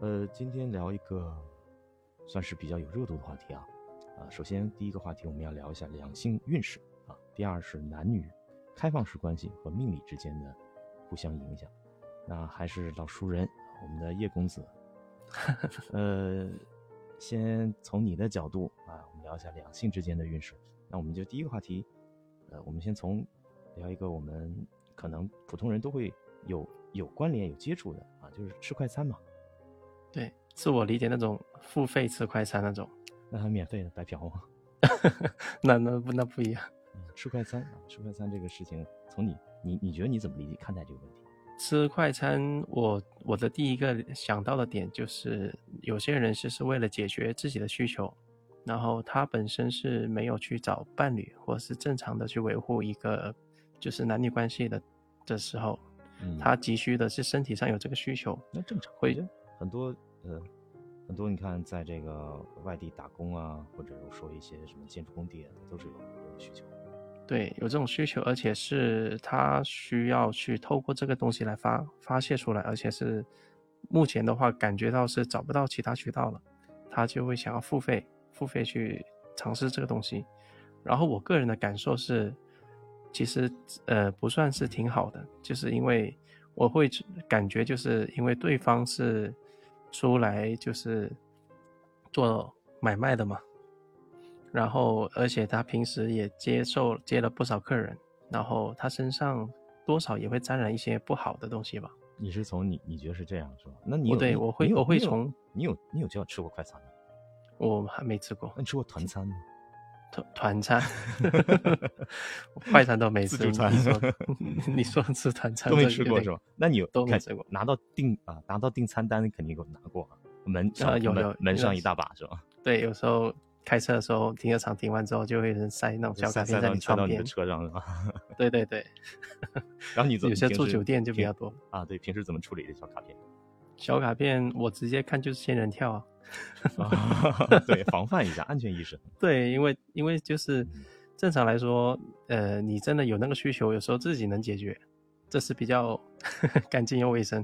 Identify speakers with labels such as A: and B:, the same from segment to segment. A: 呃，今天聊一个算是比较有热度的话题啊。啊，首先第一个话题我们要聊一下两性运势啊，第二是男女开放式关系和命理之间的互相影响。那还是老熟人，我们的叶公子，呃，先从你的角度啊，我们聊一下两性之间的运势。那我们就第一个话题，呃，我们先从聊一个我们可能普通人都会有有关联、有接触的啊，就是吃快餐嘛。
B: 对，自我理解那种付费吃快餐那种，
A: 那它免费的白嫖吗？
B: 那那不那不一样。
A: 嗯，吃快餐啊，吃快餐这个事情，从你你你觉得你怎么理解看待这个问题？
B: 吃快餐，我我的第一个想到的点就是，有些人是是为了解决自己的需求，然后他本身是没有去找伴侣，或是正常的去维护一个就是男女关系的的时候，
A: 嗯，
B: 他急需的是身体上有这个需求，
A: 那正常
B: 会
A: 我觉得很多呃很多，你看在这个外地打工啊，或者说一些什么建筑工地啊，都是有有需求。
B: 对，有这种需求，而且是他需要去透过这个东西来发发泄出来，而且是目前的话感觉到是找不到其他渠道了，他就会想要付费，付费去尝试这个东西。然后我个人的感受是，其实呃不算是挺好的，就是因为我会感觉就是因为对方是出来就是做买卖的嘛，然后而且他平时也接受接了不少客人，然后他身上多少也会沾染一些不好的东西吧。
A: 你是从你你觉得是这样是吧？那你有
B: 我哦对
A: 你
B: 我会
A: 你有
B: 我会
A: 你有
B: 从
A: 你有你有就要吃过快餐吗？
B: 我还没吃过
A: 那你吃过团餐吗？
B: 团团餐， 快餐都没
A: 自
B: 吃。
A: 助餐
B: 你说你说吃团餐
A: 都没
B: 这
A: 吃
B: 有
A: 过
B: 点
A: 是吧？那你有
B: 都没
A: 看
B: 吃过
A: 拿到订啊拿到订餐单肯定有拿过啊，门上、
B: 有
A: 门
B: 有
A: 门
B: 有
A: 上一大把是吧？
B: 对，有时候开车的时候，停车场停完之后，就会有人塞那种
A: 就
B: 小
A: 塞
B: 卡
A: 塞
B: 片在
A: 到塞
B: 窗
A: 到你
B: 边
A: 的。车上是吧？
B: 对对对，
A: 然后你怎
B: 有
A: 么
B: 些
A: 平
B: 住
A: 时
B: 酒店就比
A: 平
B: 较多。
A: 啊，对，平时怎么处理这小卡 片？
B: 小卡片我直接看就是仙人跳啊。
A: 啊对，防范一下，安全意识。
B: 对，因为因为就是正常来说，呃，你真的有那个需求，有时候自己能解决，这是比较 干净又卫生，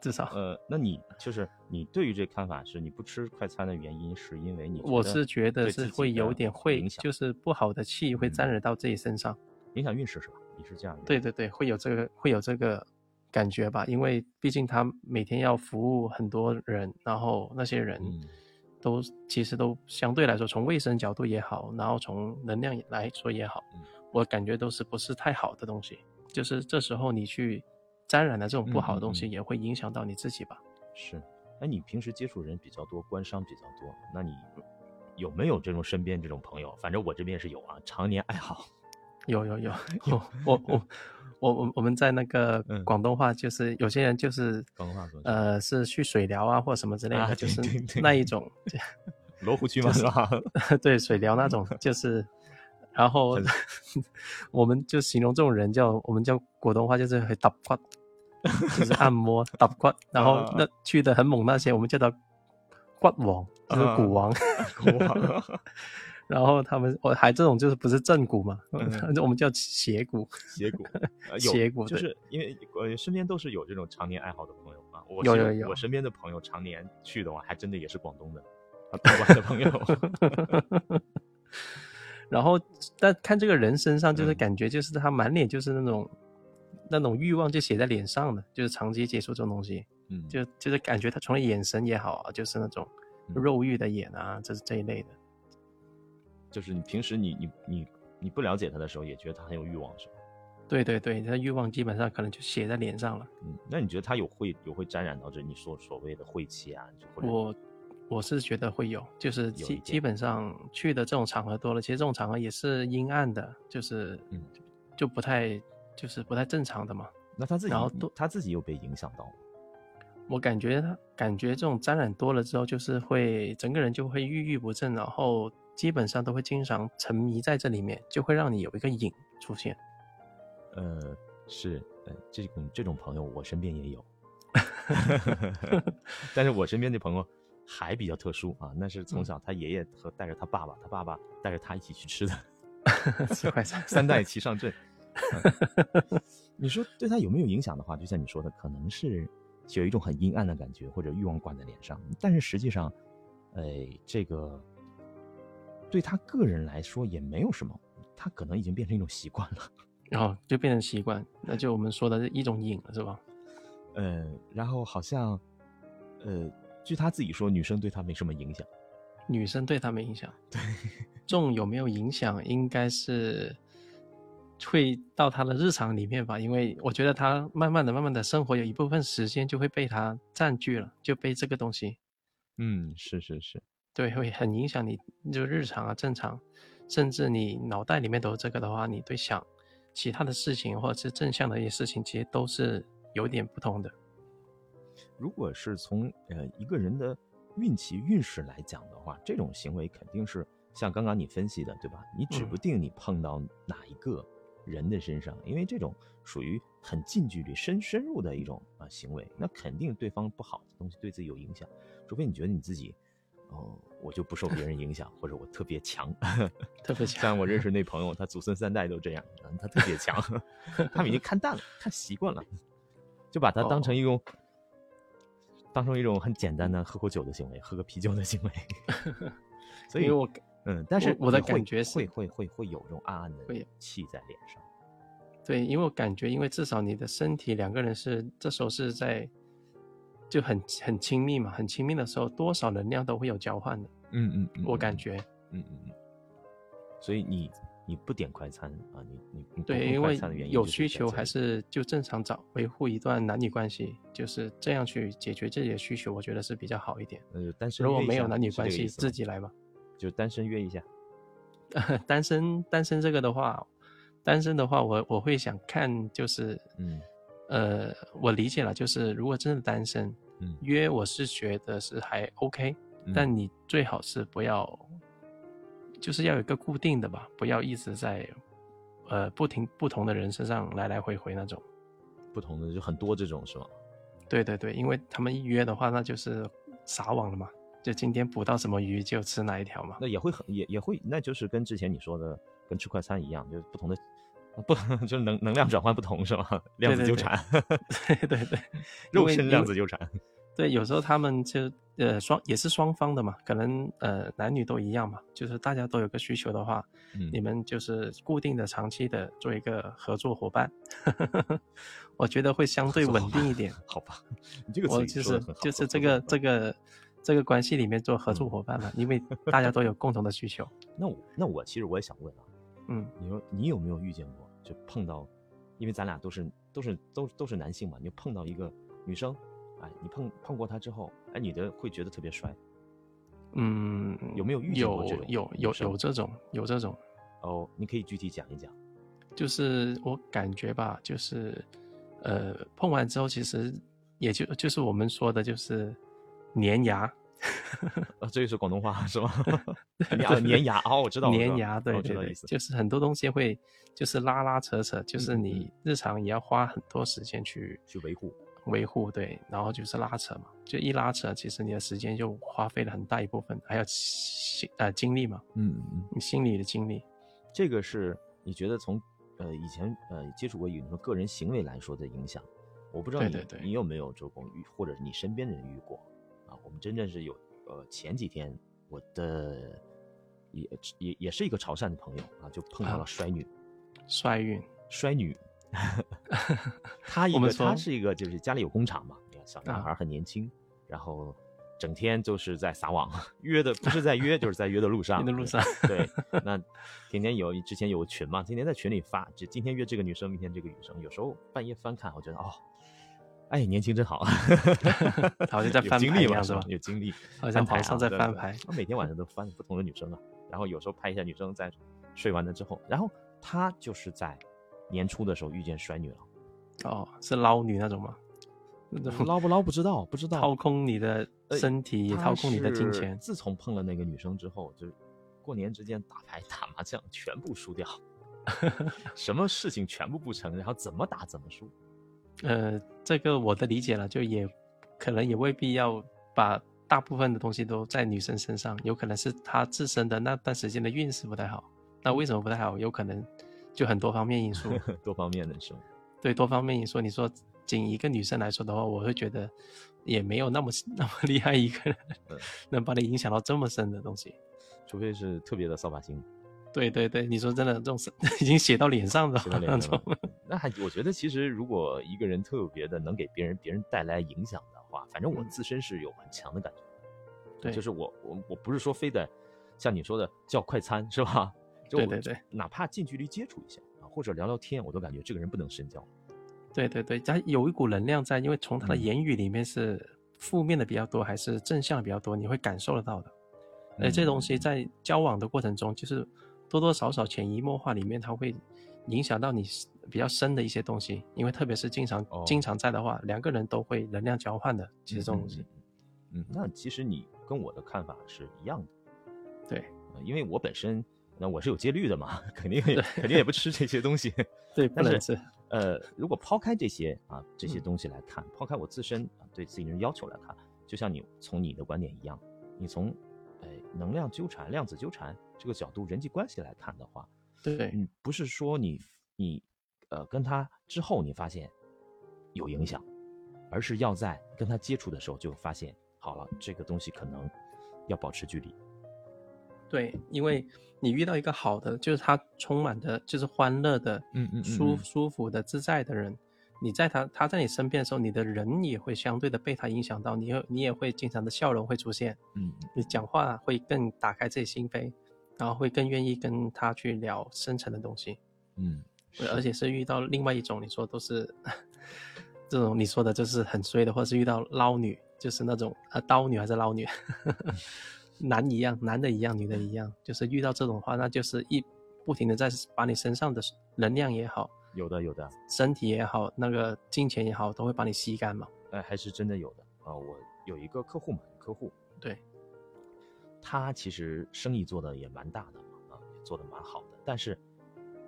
B: 至少、
A: 呃，那你就是你对于这看法是你不吃快餐的原因，是因为你觉
B: 我是觉得
A: 对
B: 是
A: 自己
B: 会
A: 的
B: 有点会，
A: 影响，
B: 就是不好的气会
A: 嗯
B: 沾染到自己身上。
A: 影响运势是吧？你是这样认为
B: 对对对，会有这个会有这个感觉吧，因为毕竟他每天要服务很多人，然后那些人
A: 嗯
B: 都、其实都相对来说，从卫生角度也好，然后从能量来说也好，
A: 嗯
B: 我感觉都是不是太好的东西。就是这时候你去沾染了这种不好的东
A: 嗯
B: 西，
A: 嗯
B: 也会影响到你自己吧。
A: 是。哎，你平时接触人比较多，官商比较多，那你有没有这种身边这种朋友？反正我这边是有啊，常年爱好。
B: 有 有有我我我我我我们在那个
A: 嗯
B: 广东话，就是有些人就是
A: 广东话说是
B: 呃是去水疗啊或者什么之类的，
A: 啊
B: 就
A: 对
B: 是
A: 对对
B: 那一种。
A: 罗湖区嘛，是吧？
B: 对水疗那种，就是，然后 我们就形容这种人叫我们叫广东话就是很打胯，就是按摩 打胯，然
A: 嗯
B: 后那去的很猛那些，我们叫他骨王，就是
A: 啊
B: 骨王，然后他们我还这种就是不是正骨嘛，
A: 嗯
B: 我们叫邪骨，
A: 斜骨，呃有
B: 斜骨
A: 就
B: 对
A: 是因为呃身边都是有这种常年爱好的朋友嘛。我
B: 有
A: 是
B: 有有
A: 我身边的朋友常年去的话，还真的也是广东的， 啊，台湾的朋友。
B: 然后但看这个人身上就是
A: 嗯
B: 感觉就是他满脸就是那种、那种欲望就写在脸上的，就是长期接触这种东西。
A: 嗯，
B: 就就是感觉他从眼神也好啊，就是那种
A: 嗯
B: 肉欲的眼啊，这是这一类的。
A: 就是你平时你你你你不了解他的时候，也觉得他很有欲望，是吧？
B: 对对对，他欲望基本上可能就写在脸上了。
A: 嗯，那你觉得他有会有会沾染到这你说所谓的晦气啊？就或者
B: 我我是觉得会有，就是
A: 有一
B: 基
A: 点
B: 基本上去的这种场合多了，其实这种场合也是阴暗的，就是
A: 嗯
B: 就不太就是不太正常的嘛。
A: 那他自己
B: 然后都
A: 他自己有被影响到吗？
B: 我感觉他感觉这种沾染多了之后，就是会整个人就会郁郁不振，然后基本上都会经常沉迷在这里面，就会让你有一个瘾 出现。
A: 呃，是，呃，这种这种朋友我身边也有，但是我身边的朋友还比较特殊啊，那是从
B: 嗯
A: 小他爷爷和带着他爸爸，他爸爸带着他一起去吃的，
B: 吃快餐
A: 三代齐上阵。嗯你说对他有没有影响的话，就像你说的，可能是有一种很阴暗的感觉或者欲望挂在脸上。但是实际上，哎，这个对他个人来说也没有什么，他可能已经变成一种习惯了。
B: 然后就变成习惯，那就我们说的是一种瘾了，是吧？
A: 呃，然后好像，呃，据他自己说，女生对他没什么影响。
B: 女生对他没影响，对，重有没有影响，应该是会到他的日常里面吧，因为我觉得他慢慢的、慢慢的生活有一部分时间就会被他占据了，就被这个东西，
A: 嗯，是是是，
B: 对，会很影响你就日常啊、正常，甚至你脑袋里面都是这个的话，你对想其他的事情或者是正向的一些事情，其实都是有点不同的。
A: 如果是从呃一个人的运气运势来讲的话，这种行为肯定是像刚刚你分析的，对吧？你指不定你碰到哪一个人的身上，因为这种属于很近距离、深深入的一种啊行为，那肯定对方不好的东西对自己有影响，除非你觉得你自己。哦，我就不受别人影响，或者我特别强，
B: 特别强
A: 像我认识那朋友，他祖孙三代都这样，嗯他特别强， 他们已经看淡了，看习惯了，就把它当成一种，当成一种很简单的喝口酒的行为，喝个啤酒的行为。 所以
B: 因为我
A: 嗯，但是
B: 我我的
A: 你会
B: 感觉是
A: 会会会会有这种暗暗
B: 会
A: 的
B: 有
A: 气在脸上。
B: 对，因为我感觉，因为至少你的身体两个人是这时候是在就很很亲密嘛，很亲密的时候，多少能量都会有交换的，
A: 嗯嗯嗯
B: 我感，觉。
A: 嗯嗯嗯。所以你你不点快餐啊，你你你不
B: 对，
A: 碰
B: 因
A: 快
B: 为
A: 餐的原因
B: 有
A: 就是
B: 需
A: 在
B: 求
A: 这
B: 还
A: 里
B: 是就正常找维护一段男女关系，就是这样去解决自己的需求，我觉得是比较好一点。
A: 呃单身
B: 如果
A: 约一
B: 没有
A: 下
B: 男女
A: 是这
B: 关
A: 个意
B: 系，
A: 思吗
B: 自己来吧。
A: 就单身约一下。
B: 单身单身这个的话，单身的话我，我会想看就是，
A: 嗯，
B: 呃，我理解了，就是如果真的单身，
A: 嗯
B: 约我是觉得是还 OK，、
A: 嗯
B: 但你最好是不要，就是要有一个固定的吧，不要一直在，呃，不停不同的人身上来来回回那种。
A: 不同的就很多这种是吗？
B: 对对对，因为他们一约的话，那就是撒网了嘛，就今天捕到什么鱼就吃哪一条嘛。
A: 那也会很也也会，那就是跟之前你说的跟吃快餐一样，就是不同的不 就是能能量转换不同是吗？量子
B: 对对
A: 纠
B: 对
A: 缠，
B: 对 对对，因
A: 肉
B: 为
A: 身
B: 因
A: 量
B: 为
A: 子纠缠。
B: 对，有时候他们就呃双也是双方的嘛，可能呃男女都一样嘛，就是大家都有个需求的话，
A: 嗯
B: 你们就是固定的、长期的做一个合作伙伴， 我觉得会相对
A: 合作伙
B: 稳
A: 伴
B: 定一点。
A: 好吧， 你这个词
B: 我
A: 语
B: 就
A: 说得
B: 是
A: 很好
B: 就是这个这。
A: 合作伙伴
B: 个这个关系里面做合作
A: 嗯
B: 伙伴 嘛，因为大家都有共同的需求。
A: 那我那我其实我也想问啊，
B: 嗯，
A: 你说你有没有遇见过，就碰到，因为咱俩都是都是都都是男性嘛，你就碰到一个女生，哎，你碰碰过她之后，哎，女的会觉得特别帅。
B: 嗯，
A: 有没有遇见过
B: 有
A: 这种
B: 有
A: 女
B: 有
A: 生
B: 有这种有这种，
A: 哦，你可以具体讲一讲。
B: 就是我感觉吧，就是呃碰完之后，其实也就就是我们说的就是粘牙，
A: 啊，这个是广东话 是吗？牙粘牙哦，我知道，我知
B: 粘
A: 道
B: 牙，对
A: 我知
B: 对
A: 道意
B: 对
A: 思，。
B: 就是很多东西会就是拉拉扯扯，就是
A: 嗯嗯
B: 你日常也要花很多时间去
A: 去维护，
B: 维护，对，然后就是拉扯嘛，就一拉扯，其实你的时间就花费了很大一部分，还有心呃精力嘛，
A: 嗯嗯，
B: 你心理的精力，
A: 这个是你觉得从呃以前呃接触过你说个人行为来说的影响，我不知道
B: 对
A: 你
B: 对对
A: 你有没有周公遇，或者你身边的人遇过啊？我们真正是有呃前几天我的也也也是一个潮汕的朋友啊，就碰到
B: 啊
A: 了衰女，
B: 衰运。
A: 衰 女。她一
B: 我们
A: 个，她
B: 说
A: 是一个，就是家里有工厂嘛，你看小男
B: 啊
A: 孩很年轻，然后整天就是在撒网，约的不是在约，就是在约的路上，
B: 约的路上
A: 对，那天天有之前有个群嘛，天天在群里发，这今天约这个女生，明天这个女生，有时候半夜翻看，我觉得哦，哎，年轻真好，
B: 好像在
A: 有
B: 翻
A: 经
B: 牌
A: 历
B: 一
A: 嘛
B: 样
A: 是
B: 是
A: 吧
B: 吧
A: 有经历，
B: 好像
A: 翻牌
B: 皇
A: 啊
B: 上在
A: 对
B: 翻
A: 对
B: 牌
A: 我每天晚上都翻不同的女生啊，然后有时候拍一下女生在睡完了之后，然后她就是在年初的时候遇见衰女了。
B: 哦，是捞女那种吗？ 那种
A: 捞不捞不知道，不知道。
B: 掏空你的
A: 呃
B: 身体，也
A: 他
B: 掏空你的金
A: 是
B: 钱。
A: 自从碰了那个女生之后，就是过年之间打牌、打麻将全部输 掉，什么事情全部不成，然后怎么打怎么输。
B: 呃，这个我的理解了，就也可能也未必要把大部分的东西都在女生身上，有可能是她自身的那段时间的运势不太好。那为什么 不太好？有可能就很多方面因素，
A: 多方面的是吗？
B: 对多方面因素。你说仅一个女生来说的话，我会觉得也没有那么 那么厉害一个人
A: 嗯
B: 能把你影响到这么深的东西。
A: 除非是特别的扫把星，
B: 对对对，你说真的，这种是 已经写到脸上的
A: 写到
B: 那
A: 脸上
B: 种
A: 了，。 那还我觉得，其实如果一个人特别的能给别人别人带来影响的话，反正我
B: 嗯
A: 自身是有很强的感觉。
B: 对，
A: 就是我我我不是说非得像你说的叫快餐是吧？就
B: 对
A: 我
B: 对对，
A: 哪怕近距离接触一下啊，或者聊聊天，我都感觉这个人不能深交。
B: 对对对，他有一股能量在，因为从他的
A: 嗯
B: 言语里面是负面的比较多，还是正向的比较多，你会感受得到的。而这东西
A: 嗯
B: 在交往的过程中，就是多多少少潜移默化里面，它会影响到你比较深的一些东西，因为特别是经常、
A: 哦
B: 经常在的话，两个人都会能量交换的，其实这种东西。
A: 嗯嗯，嗯那其实你跟我的看法是一样的。
B: 对
A: 呃因为我本身那我是有戒律的嘛，肯定也肯定也不吃这些东西。
B: 对，不
A: 但
B: 能
A: 是
B: 吃。
A: 呃，如果抛开这些啊这些
B: 嗯
A: 东西来看，抛开我自身啊对自己人要求来看，就像你从你的观点一样，你从哎能量纠缠、量子纠缠这个角度人际关系来看的话，
B: 对
A: 嗯，不是说你你呃跟他之后你发现有影响，而是要在跟他接触的时候就发现，好了，这个东西可能要保持距离。
B: 对，因为你遇到一个好的，就是他充满着就是欢乐的，
A: 嗯嗯嗯
B: 舒
A: 嗯
B: 舒服的、自在的人，你在他他在你身边的时候，你的人也会相对的被他影响到，你也你也会经常的笑容会出现，
A: 嗯，
B: 你讲话会更打开自己心扉，然后会更愿意跟他去聊深层的东西，
A: 嗯，
B: 对
A: 是
B: 而且是遇到另外一种，你说都是这种你说的就是很衰的，或者是遇到捞女，就是那种呃刀女还是捞女， 男一样，男的一样，女的一样，就是遇到这种话，那就是一不停的在把你身上的能量也好。
A: 有的有的，
B: 身体也好，那个金钱也好，都会把你吸干嘛。
A: 哎，还是真的有的啊。我有一个客户嘛，客户
B: 对，
A: 他其实生意做的也蛮大的嘛，啊，也做的蛮好的，但是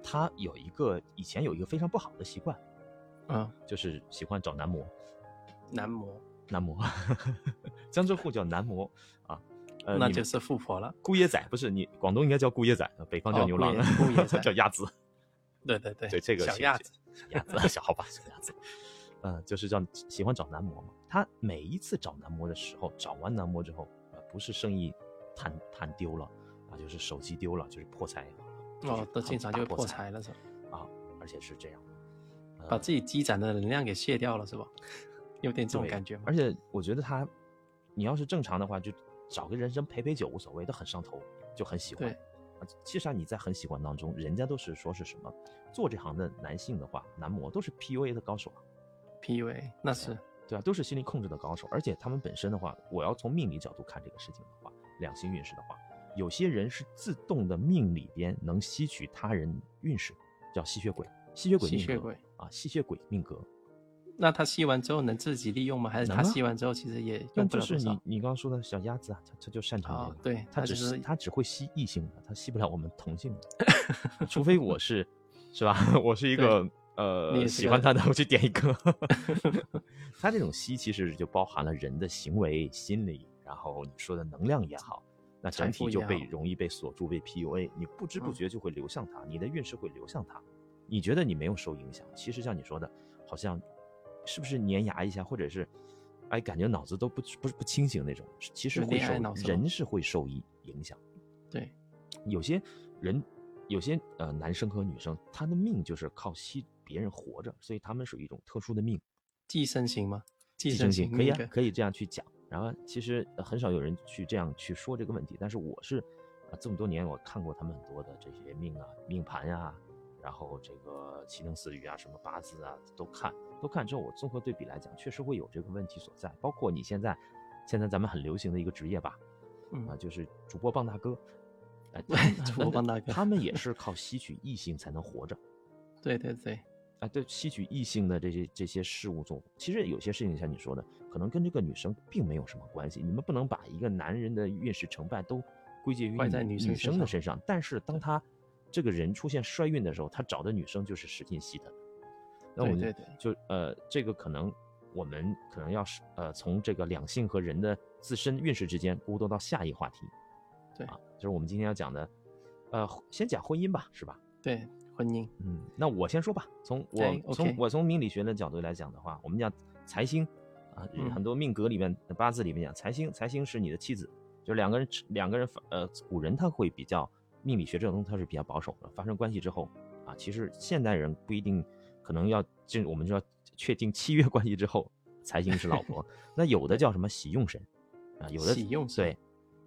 A: 他有一个以前有一个非常不好的习惯，
B: 嗯，
A: 就是喜欢找男模。
B: 男模，
A: 男模， 江浙沪叫男模啊，呃，
B: 那
A: 你们
B: 就是富婆了。
A: 姑爷仔，不是你广东应该叫姑爷仔，北方
B: 哦
A: 叫牛郎，
B: 姑爷姑爷 仔
A: 叫鸭子，
B: 对对对，
A: 对这个
B: 小
A: 是
B: 鸭子，，
A: 鸭子 小好吧，小鸭子，呃，就是叫喜欢找男模嘛。他每一次找男模的时候，找完男模之后，呃，不是生意谈谈丢了啊，就是手机丢了，就是破财，就是
B: 哦，都经常
A: 大
B: 就会
A: 破
B: 破
A: 财
B: 财了是吧？
A: 啊，而且是这样，呃
B: 把自己积攒的能量给卸掉了是吧？ 有点这种
A: 对
B: 感觉吗
A: 而？且我觉得他，你要是正常的话，就找个人参陪陪酒无所谓，他很上头，就很喜欢
B: 对。
A: 啊其实啊，你在很喜欢当中，人家都是说是什么做这行的男性的话，男模都是 PUA 的高手啊，
B: PUA 那是
A: 对啊，都是心理控制的高手。而且他们本身的话，我要从命理角度看这个事情的话，两性运势的话，有些人是自动的命里边能吸取他人运势，叫吸血鬼，吸血鬼
B: 吸
A: 命格
B: 血鬼。
A: 啊，吸血鬼命格。
B: 那他吸完之后能自己利用吗？还是
A: 能
B: 他
A: 啊
B: 吸完之后其实也
A: 那
B: 用不
A: 就
B: 了
A: 是
B: 多
A: 你
B: 少？
A: 你刚刚说的小鸭子啊，它它就擅长这
B: 啊
A: 个，
B: 对
A: 它
B: 它
A: 只
B: 就是是
A: 它只会吸异性的，它吸不了我们同性 的，除非我是是吧？ 我是一
B: 对
A: 个
B: 你
A: 呃
B: 也是
A: 喜
B: 个
A: 欢它的，我去点一 个。 它这种吸其实就包含了人的行为、心理，然后你说的能量也好，那
B: 财
A: 整
B: 富
A: 体就
B: 也
A: 被
B: 好
A: 容易被锁住、被 PUA，你不知不
B: 嗯
A: 觉就会流向它，你的运势会流向它。你觉得你没有受影响，其实像你说的，好像是不是粘牙一下，或者是哎感觉脑子都不不不清醒那种，其实
B: 对
A: 会
B: 恋
A: 受
B: 爱脑是吧
A: 人是会受影影响。
B: 对，
A: 有些人，有些呃男生和女生，他的命就是靠吸别人活着，所以他们属于一种特殊的命，
B: 寄生型吗？寄
A: 寄生
B: 型
A: 可以啊
B: 那，个
A: 可以这样去讲。然后其实呃很少有人去这样去说这个问题，但是我是啊、呃这么多年我看过他们很多的这些命啊、命盘呀、然后这个七情四欲啊、什么八字啊都看，都看之后我综合对比来讲，确实会有这个问题所在。包括你现在，现在咱们很流行的一个职业吧，啊、
B: 嗯，
A: 就是主播棒大哥， 哎
B: 主 播棒大哥
A: 他们也是靠吸取异性才能活着。
B: 对对对，
A: 啊，对，吸取异性的这些这些事物中，其实有些事情像你说的，可能跟这个女生并没有什么关系。你们不能把一个男人的运势成败都归结于
B: 怪在
A: 女
B: 女生身
A: 生的
B: 上
A: 身上。但是当他这个人出现衰运的时候，他找的女生就是使劲吸他。那我
B: 对
A: 们
B: 对对
A: 就呃，这个可能我们可能要是呃，从这个两性和人的自身运势之间孤独到下一话题。
B: 对
A: 啊，就是我们今天要讲的，呃，婚先讲婚姻吧，是吧？
B: 对，婚姻。
A: 嗯，那我先说吧，从我、
B: 哎
A: 从
B: OK
A: 我从命理学的角度来讲的话，我们讲财星啊，
B: 嗯
A: 很多命格里面八字里面讲财星，财星是你的妻子，就是两个人两个人发呃，古人他会比较命理学这种东西他是比较保守的，发生关系之后啊，其实现代人不一定可能要进，我们就要确定契约关系之后，财星是老婆，那有的叫什么喜用神啊，有的
B: 喜用神
A: 对，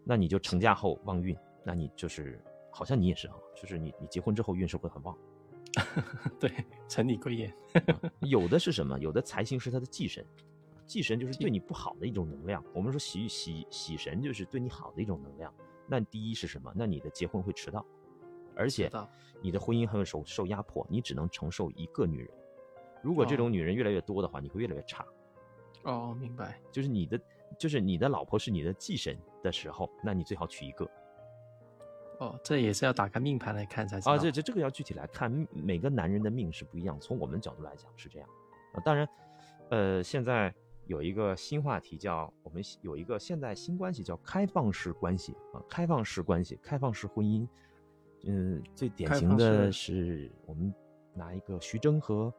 A: 那你就成嫁后旺运，那你就是好像你也是啊，就是你你结婚之后运势会很旺。
B: 对，城里贵言。
A: 有的是什么？有的财星是他的忌神，忌神就是对你不好的一种能量。我们说喜喜喜神就是对你好的一种能量。那第一是什么？那你的结婚会迟到，而且
B: 到
A: 你的婚姻还会受受压迫，你只能承受一个女人。如果这
B: 哦
A: 种女人越来越多的话，你会越来越差。
B: 哦，明白。
A: 就是你的，就是你的老婆是你的忌神的时候，那你最好娶一个。
B: 哦，这也是要打开命盘来看才知道。
A: 啊，这这这个要具体来看，嗯每个男人的命是不一样。从我们角度来讲是这样啊，当然，呃，现在有一个新话题叫我们有一个现在新关系叫开放式关系啊，开放式关系，开放式婚姻。嗯，最典
B: 开
A: 型
B: 放
A: 的
B: 式
A: 是我们拿一个徐峥和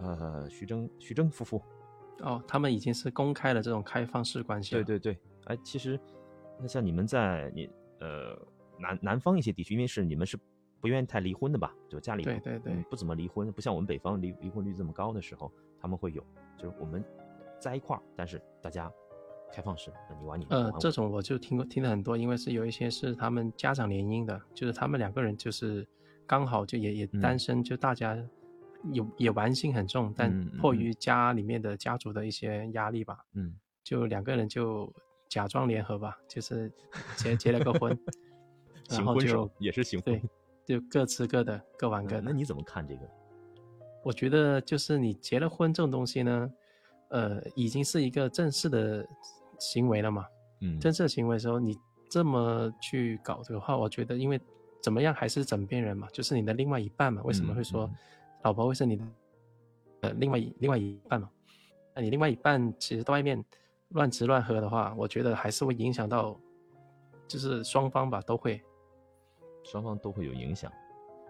A: 呃徐峥徐峥夫妇，
B: 哦，他们已经是公开了这种开放式关系
A: 对
B: 了。
A: 对对，哎，其实那像你们在你呃南南方一些地区，因为是你们是不愿意太离婚的吧，就家里
B: 对
A: 不
B: 对对
A: 嗯不怎么离婚，不像我们北方离离婚率这么高的时候，他们会有，就是我们在一块儿，但是大家开放式，那你玩你的，我啊
B: 呃
A: 玩，我
B: 这
A: 的
B: 种我就听过听了很多，因为是有一些是他们家长联姻的，就是他们两个人就是刚好就也也
A: 嗯
B: 单身，就大家有也玩性很重，但
A: 嗯嗯
B: 迫
A: 嗯
B: 于家里面的家族的一些压力吧，
A: 嗯，
B: 就两个人就假装联合吧，就是结结了个 婚，然
A: 行
B: 后
A: 婚手
B: 就
A: 也是行婚
B: 对，就各吃各的，各玩各
A: 那
B: 的。
A: 那你怎么看这个？
B: 我觉得就是你结了婚这种东西呢，呃，已经是一个正式的行为了嘛。
A: 嗯，
B: 正式的行为的时候，你这么去搞的话，我觉得因为怎么样还是枕边人嘛，就是你的另外一半嘛。为什么
A: 嗯
B: 会说
A: 嗯
B: 老婆会是你的呃另外一另外一半嘛？那你另外一半其实在外面乱吃乱喝的话，我觉得还是会影响到，就是双方吧都会。
A: 双方都会有影响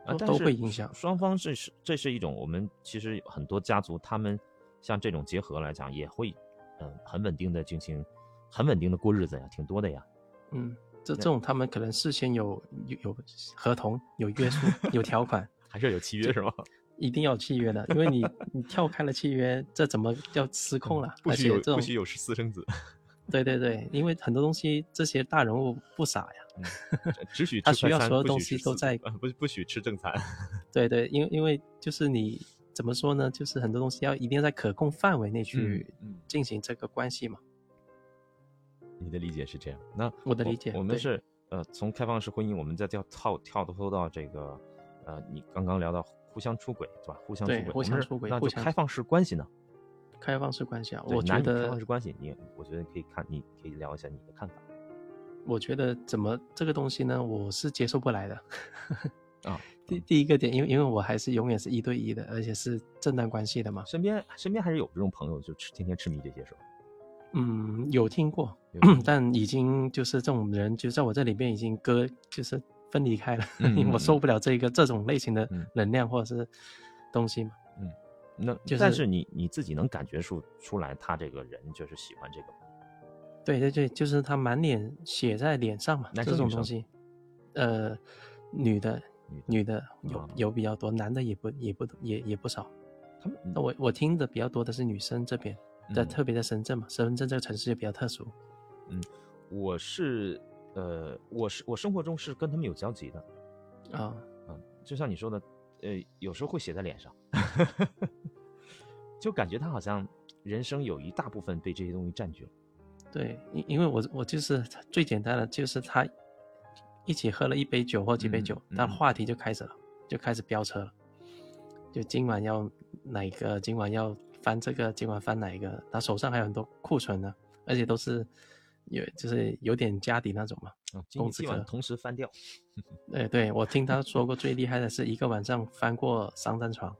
A: 啊，
B: 都
A: 但
B: 都
A: 是
B: 会影响
A: 双方这是这是一种我们其实很多家族他们像这种结合来讲，也会嗯、呃很稳定的进行很稳定的过日子呀，挺多的呀。
B: 嗯，这
A: 那
B: 这种他们可能事先有有有合同、有 约束、有条款，
A: 还是有契约是吗？
B: 一定要有契约的，因为你你跳开了契约，这怎么叫失控了？
A: 不
B: 而
A: 许
B: 且
A: 有
B: 这
A: 不
B: 种
A: 许有私生子，
B: 对对对，因为很多东西这些大人物不傻呀，
A: 嗯只许吃
B: 他
A: 快
B: 需要
A: 餐
B: 所有
A: 不许
B: 东
A: 吃
B: 西
A: 私
B: 都
A: 自
B: 在
A: 呃不不许吃正餐。
B: 对对，因为因为就是你怎么说呢，就是很多东西要一定要在可控范围内去
A: 嗯嗯
B: 进行这个关系嘛。
A: 你的理解是这样，那
B: 我的理解
A: 我们
B: 对
A: 是呃，从开放式婚姻，我们再跳跳跳脱到这个呃，你刚刚聊到互相出轨，对吧？互相出
B: 对
A: 轨，
B: 互
A: 我们
B: 相
A: 是
B: 出轨
A: 那
B: 互
A: 就
B: 相
A: 开
B: 出
A: 放式关系呢？
B: 开放式关系啊，
A: 对
B: 我觉
A: 男女开
B: 得
A: 放式关系，你我觉得可以看，你可以聊一下你的看法
B: 我觉得怎么这个东西呢，我是接受不来的。
A: 啊。
B: 第第一个点，因为因为我还是永远是一对一的，而且是正当关系的嘛。
A: 身边身边还是有这种朋友，就吃天天痴迷这些事儿。
B: 嗯，有听过，
A: 有听过
B: 嗯但已经就是这种人，就在我这里边已经割，就是分离开了，
A: 嗯
B: 因为
A: 嗯
B: 我
A: 嗯
B: 受不了这个这种类型的
A: 嗯
B: 能量或者是东西嘛。
A: 那、
B: 就
A: 但
B: 是
A: 是你你自己能感觉出出来，他这个人就是喜欢这个吗。
B: 对对对，就是他满脸写在脸上嘛，
A: 男
B: 这
A: 生
B: 种
A: 女生
B: 东西，呃，女的
A: 女的
B: 女的有
A: 啊
B: 有比较多，男的也不也不也也不少。
A: 他们
B: 那我我听的比较多的是女生这边，在
A: 嗯
B: 特别在深圳嘛，深圳这个城市就比较特殊。
A: 我是呃，我是我生活中是跟他们有交集的，
B: 啊、
A: 嗯，就像你说的，呃，有时候会写在脸上， 就感觉他好像人生有一大部分被这些东西占据了。
B: 对，因因为我我就是最简单的，就是他一起喝了一杯酒或几杯
A: 嗯
B: 酒，
A: 嗯
B: 那
A: 嗯
B: 话题就开始了，就开始飙车了，就今晚要哪个，今晚要翻这个，今晚翻哪一个，他手上还有很多库存呢，而且都是有就是有点家底那种嘛。
A: 嗯，今
B: 公子
A: 今晚
B: 哥
A: 同时翻掉，
B: 对对，我听他说过最厉害的是一个晚上翻过三张床，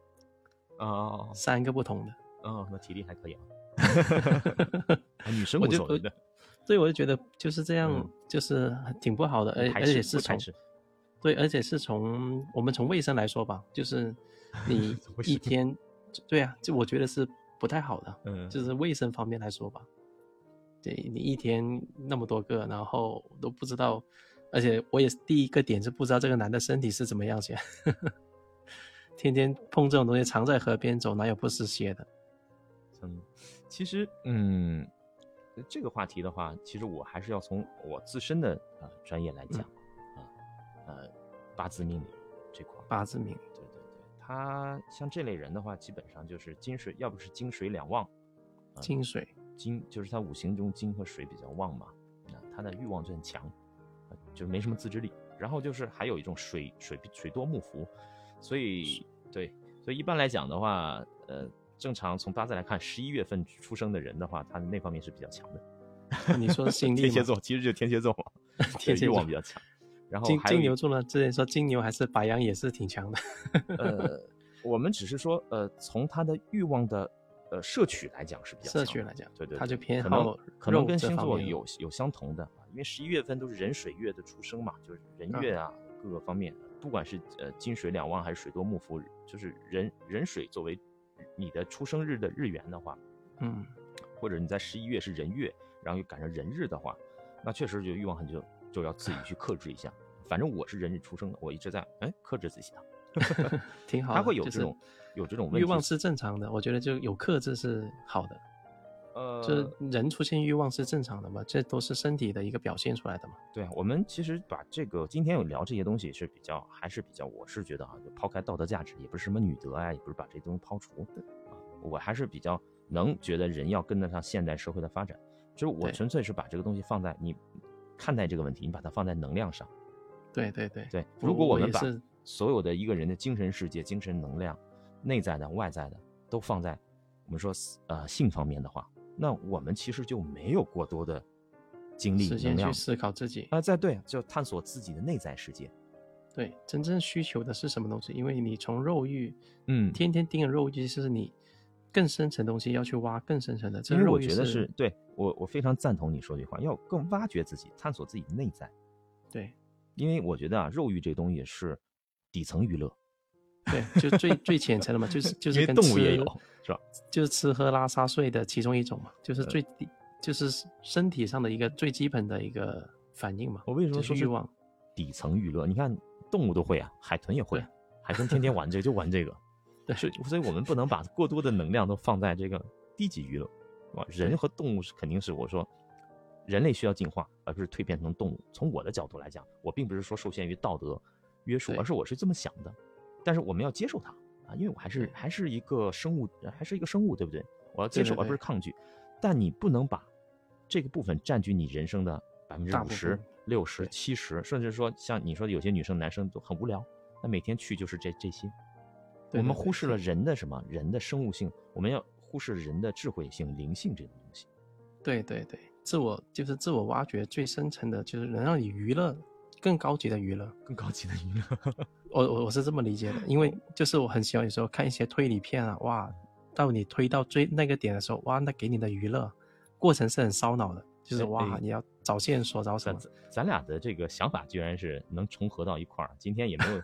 A: 啊啊
B: 三个不同的。
A: 啊！那体力还可 以啊，啊女生
B: 我
A: 无
B: 就
A: 所
B: 我
A: 谓的，
B: 对，我就觉得就是这样，
A: 嗯
B: 呃就是挺不好的，而
A: 排
B: 而
A: 斥
B: 且
A: 不
B: 是
A: 排
B: 从
A: 斥
B: 对，而且是从我们从卫生来说吧，就是你
A: 卫
B: 一
A: 生
B: 天，对啊，就我觉得是不太好的，
A: 嗯，
B: 就是卫生方面来说吧。对你一天那么多个，然后都不知道，而且我也是第一个点是不知道这个男的身体是怎么样先， 天天碰这种东西，常在河边走，哪有不湿鞋的？
A: 嗯，其实，嗯，这个话题的话，其实我还是要从我自身的呃专业来讲，
B: 嗯
A: 啊、呃，八字命理这块儿，
B: 八字命，
A: 对对对，他像这类人的话，基本上就是金水，要不是金水两旺，啊
B: 金水，
A: 金就是他五行中金和水比较旺嘛，那他的欲望就很强，呃就是没什么自制力。然后就是还有一种水水水多木浮，所以对，所以一般来讲的话，呃，正常从八字来看，十一月份出生的人的话，他那方面是比较强的。
B: 你说是 心力
A: 天蝎
B: 吗
A: 座其实就是天蝎 座嘛，
B: 天
A: 对
B: 蝎
A: 欲望
B: 座
A: 比，较强。然后
B: 金
A: 还有
B: 金
A: 一
B: 牛座呢？之前说金牛还是白羊也是挺强的，
A: 呃，我们只是说呃，从他的欲望的呃摄取来讲是比较强
B: 社
A: 的
B: 区来讲，
A: 对对，
B: 他
A: 对
B: 就偏
A: 可能
B: 好
A: 可能
B: 肉
A: 跟
B: 这
A: 星
B: 方
A: 座
B: 面
A: 有有相同的，因为十一月份都是壬水月的出生嘛，就是
B: 嗯
A: 人月啊，各个方面，不管是呃金水两旺还是水多木浮，就是壬壬水作为你的出生日的日元的话，
B: 嗯，
A: 或者你在十一月是人月，然后又赶上人日的话，那确实就欲望很就就要自己去克制一下。反正我是人日出生的，我一直在哎克制自己的，
B: 挺好的。
A: 他会有
B: 就
A: 这
B: 是
A: 种有这种问
B: 欲
A: 题
B: 望是正常的，我觉得就有克制是好的。
A: 呃，
B: 这人出现欲望是正常的嘛？这都是身体的一个表现出来的嘛？
A: 对啊，我们其实把这个今天有聊这些东西是比较，还是比较，我是觉得啊，就抛开道德价值，也不是什么女德啊，也不是把这东西抛除啊，我还是比较能觉得人要跟得上现代社会的发展，就是我
B: 对
A: 纯粹是把这个东西放在你看待这个问题，你把它放在能量上。
B: 对对对，
A: 对，如果
B: 哎我
A: 们
B: 也
A: 把
B: 是
A: 所有的一个人的精神世界、精神能量、内在的、外在的都放在我们说呃性方面的话，那我们其实就没有过多的精力
B: 时
A: 能
B: 间
A: 量
B: 去思考自己。
A: 啊，在对，就探索自己的内在世界。
B: 对，真正需求的是什么东西？因为你从肉欲，
A: 嗯，
B: 天天盯着肉欲，就是你更深层东西要去挖更深层的。这
A: 其实
B: 肉
A: 我
B: 欲
A: 觉得是对我，我非常赞同你说这句话，要更挖掘自己，探索自己的内在。
B: 对
A: 因为我觉得啊，肉欲这东西是底层娱乐，
B: 对，就最最浅层的嘛，就是就
A: 因
B: 是
A: 为
B: 跟
A: 动物也
B: 吃
A: 有，是吧？呃
B: 就是吃喝拉撒睡的其中一种嘛，就是最低，就是身体上的一个最基本的一个反应嘛。
A: 我为什
B: 就
A: 么
B: 是
A: 说
B: 欲
A: 是
B: 望？
A: 底层娱乐？你看动物都会啊，海豚也会啊，海豚天天玩这个，就玩这个。
B: 对
A: 所以，所以我们不能把过多的能量都放在这个低级娱乐，是吧？人
B: 对
A: 和动物是肯定是我说，人类需要进化，而不是蜕变成动物。从我的角度来讲，我并不是说受限于道德约束，
B: 对
A: 而是我是这么想的。但是我们要接受它啊，因为我还是
B: 对
A: 还是一个生物，还是一个生物，对不对？我要接
B: 对对
A: 受，而不是
B: 对
A: 抗拒。但你不能把这个部分占据你人生的百分之
B: 大
A: 五
B: 部
A: 十
B: 分、
A: 六十、
B: 对
A: 七十，甚至说像你说的，有些女生、男生都很无聊，那每天去就是这这些。
B: 对
A: 我们
B: 对对
A: 忽视了人的什么？人的生物性，我们要忽视人的智慧性、灵性这种东西。
B: 对对对，自我就是自我挖掘最深层的，就是能让你娱乐更高级的娱乐。
A: 更高级的娱乐，
B: 我我我是这么理解的，因为就是我很喜欢有时候看一些推理片啊，哇，到你推到最那个点的时候，哇，那给你的娱乐过程是很烧脑的，就是
A: 哎
B: 哇
A: 哎，
B: 你要找线索找
A: 咱
B: 什么，
A: 咱俩的这个想法居然是能重合到一块儿。今天也没有，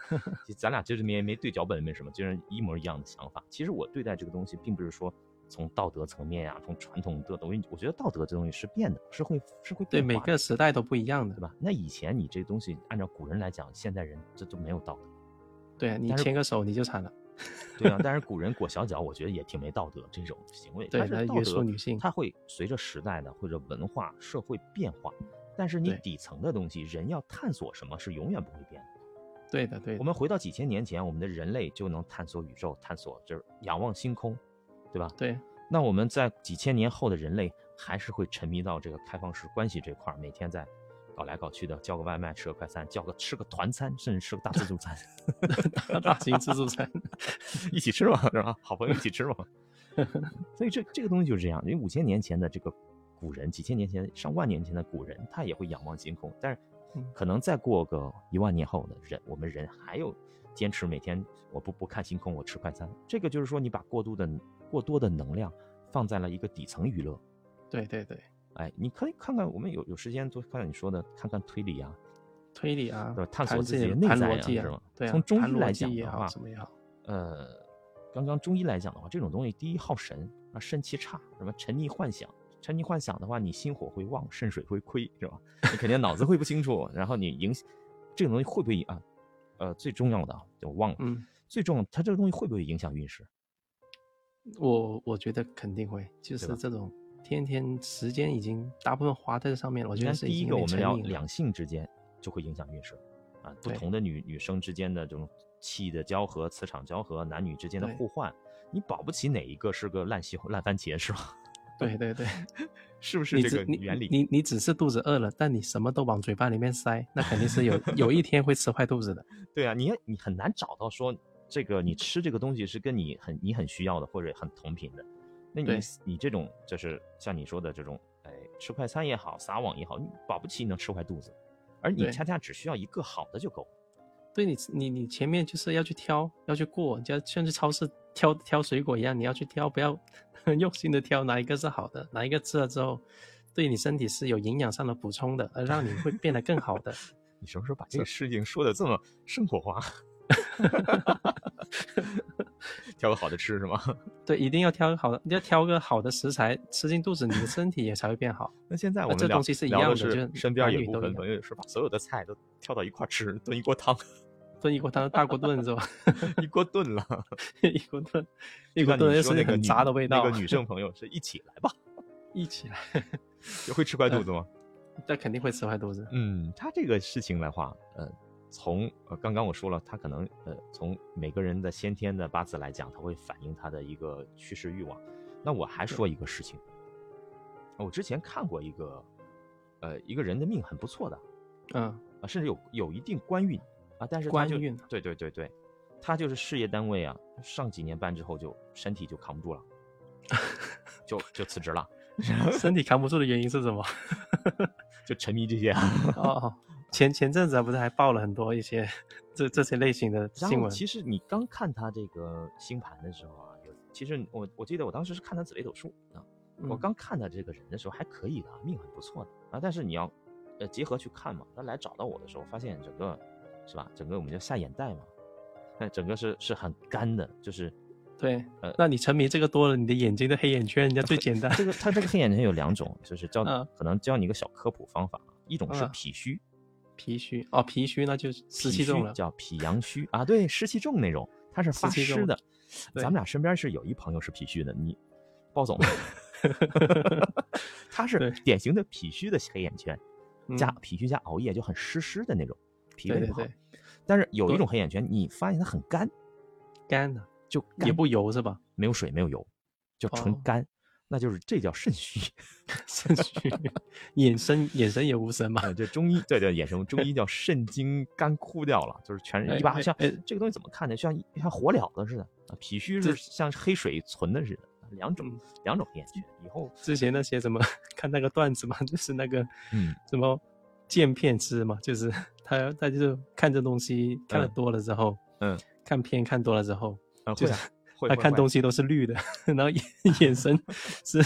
A: 咱俩就是没没对脚本，没什么，竟然一模一样的想法。其实我对待这个东西，并不是说从道德层面呀、从传统的东西，我觉得道德这东西是变的，是会是会
B: 对
A: 变
B: 每
A: 化的
B: 个时代都不一样的
A: 对。吧？那以前你这东西按照古人来讲，现代人这都没有道德。
B: 对你
A: 但是
B: 牵个手你就惨了，
A: 对啊，但是古人裹小脚，我觉得也挺没道德这种行为。
B: 对
A: 但是
B: 来
A: 道
B: 约
A: 德
B: 束女性
A: 它会随着时代的或者文化社会变化，但是你
B: 对
A: 底层的东西，人要探索什么是永远不会变的。
B: 对的对
A: 我
B: 的，
A: 们回到几千年前，我们的人类就能探索宇宙，探索就是仰望星空，对吧？
B: 对
A: 那我们在几千年后的人类还是会沉迷到这个开放式关系这块儿，每天在搞来搞去的，叫个外卖，吃个快餐，叫个吃个团餐，甚至吃个大自助餐。
B: 大 大型自助 餐，
A: 一起吃嘛，是吧？ 好朋友一起吃嘛。所以这这个东西就是这样，因为五千年前的这个古人，几千年前、上万年前的古人，他也会仰望星空，但是
B: 嗯
A: 可能再过个一万年后的人，我们人还有坚持每天我不不看星空，我吃快餐。这个就是说，你把过度的过多的能量放在了一个底层娱乐。
B: 对对对，
A: 哎，你可以看看，我们有有时间多看看你说的，看看推理啊，
B: 推理啊，
A: 对吧？探索
B: 谈
A: 自
B: 这
A: 己的
B: 个
A: 内
B: 谈
A: 在
B: 逻
A: 呀，
B: 辑
A: 是吗？
B: 对啊，
A: 从中
B: 谈
A: 医
B: 逻
A: 来
B: 辑
A: 讲
B: 也
A: 的
B: 好，
A: 话，
B: 怎么也好，
A: 呃，刚刚中医来讲的话，这种东西第一耗神啊，肾气差，什么沉溺幻想，沉溺幻想的话，你心火会旺，肾水会亏，是吧？你肯定脑子会不清楚，然后你影响这种东西会不会影啊？呃，最重要的啊，我忘了，
B: 嗯，
A: 最重要它这个东西会不会影响运势？
B: 我我觉得肯定会，就
A: 吧
B: 是这种天天时间已经大部分花在这上面了，我
A: 应
B: 觉得
A: 该
B: 是
A: 第一
B: 已经
A: 个
B: 有
A: 我
B: 点
A: 们
B: 成
A: 聊
B: 瘾了
A: 两性之间就会影响运势啊，不
B: 对
A: 同的女女生之间的这种气的交合、磁场交合，男女之间的
B: 对
A: 互换，你保不齐哪一个是个烂西红烂番茄是吧？
B: 对对 对，
A: 是不是
B: 你
A: 这
B: 只
A: 个
B: 你
A: 原理？
B: 你你只是肚子饿了，但你什么都往嘴巴里面塞，那肯定是 有有一天会吃坏肚子的。
A: 对啊，你也你很难找到说这个你吃这个东西是跟你很你很需要的或者很同频的。那你
B: 对
A: 你这种就是像你说的这种，哎，吃快餐也好，撒网也好，你保不齐能吃坏肚子，而你
B: 对
A: 恰恰只需要一个好的就够了。
B: 对你你你前面就是要去挑，要去过，就要像去超市挑挑水果一样，你要去挑，不要用心的挑哪一个是好的，哪一个吃了之后对你身体是有营养上的补充的，而让你会变得更好的。
A: 你什么时候把这个事情说的这么生活化？ 挑个好的吃是吗？
B: 对，一定要挑好的，要挑个好的食材吃进肚子，你的身体也才会变好。
A: 那现在我
B: 那
A: 们
B: 这
A: 聊
B: 啊东西是一
A: 聊
B: 样
A: 的
B: 的
A: 是
B: 就是
A: 身边
B: 男
A: 有
B: 女
A: 部
B: 都一
A: 分
B: 样
A: 朋友也是把所有的菜都挑到一块儿吃，炖一锅汤，
B: 炖一锅汤，大锅炖是吧？
A: 一锅炖了。
B: 一锅炖，一
A: 就
B: 锅
A: 像
B: 炖
A: 你
B: 又
A: 说
B: 是
A: 那个
B: 很
A: 女
B: 杂的味道。啊
A: 那个女生朋友是一起来吧，
B: 一起来，
A: 也 会吃坏肚子吗？
B: 那肯定会吃坏肚子。
A: 嗯，他这个事情的话，呃，从呃刚刚我说了，他可能呃从每个人的先天的八字来讲，他会反映他的一个趋势欲望。那我还说一个事情，我之前看过一个，呃，一个人的命很不错的
B: 嗯，
A: 啊，甚至有有一定官运啊，但是他
B: 官
A: 就
B: 运
A: 对对对对，他就是事业单位啊，上几年班之后就身体就扛不住 了，就就辞职了，
B: 身体扛不住的原因是什么？
A: 就沉迷这些。
B: 哦 哦，前前阵子还不是还爆了很多一些 这这些类型的
A: 然
B: 新
A: 后
B: 闻？
A: 其实你刚看他这个星盘的时候啊，有其实我我记得我当时是看他紫微斗数啊，我
B: 嗯
A: 刚看他这个人的时候还可以的，命很不错的啊，但是你要呃结合去看嘛，他来找到我的时候，发现整个是吧，整个我们叫下眼袋嘛，那整个是是很干的，就是
B: 对
A: 呃，
B: 那你沉迷这个多了，你的眼睛的黑眼圈，人家最简单。
A: 这个他这个黑眼圈有两种，就是教、
B: 嗯
A: 可能教你一个小科普方法，啊一种是
B: 嗯
A: 脾虚，
B: 脾虚哦，脾虚那就湿气重了。
A: 叫脾阳虚啊，对，湿气重那种，他是发
B: 湿气重
A: 湿的。
B: 对
A: 咱们俩身边是有一朋友是脾虚的，你包 总，他是
B: 对
A: 典型的脾虚的黑眼圈，
B: 嗯
A: 加脾虚加熬夜就很湿湿的那种，脾
B: 对
A: 胃
B: 对
A: 不好
B: 对。，
A: 但是有一
B: 对
A: 种黑眼圈，你发现它很干，
B: 干的
A: 就
B: 也
A: 干
B: 不油是吧？
A: 没有水没有油，就纯
B: 哦
A: 干，那就是这叫肾虚。
B: 肾虚，眼神眼神也无神嘛。
A: 呃，这中医对对，眼神中医叫肾经干枯掉了，就是全是一
B: 哎
A: 把
B: 哎
A: 像
B: 哎
A: 这个东西怎么看呢？像一像火燎子似的，啊脾虚是
B: 这
A: 像黑水存的似的，两种
B: 嗯
A: 两种黑眼圈。以后
B: 之前那些什么看那个段子嘛，就是那个
A: 嗯
B: 什么见片吃嘛，就是他他就是看这东西看的
A: 嗯
B: 多了之后，
A: 嗯，
B: 看片看多了之后，
A: 呃
B: 就
A: 会
B: 是
A: 啊会
B: 他
A: 会
B: 看
A: 会
B: 东西都是绿的，然后眼 眼神是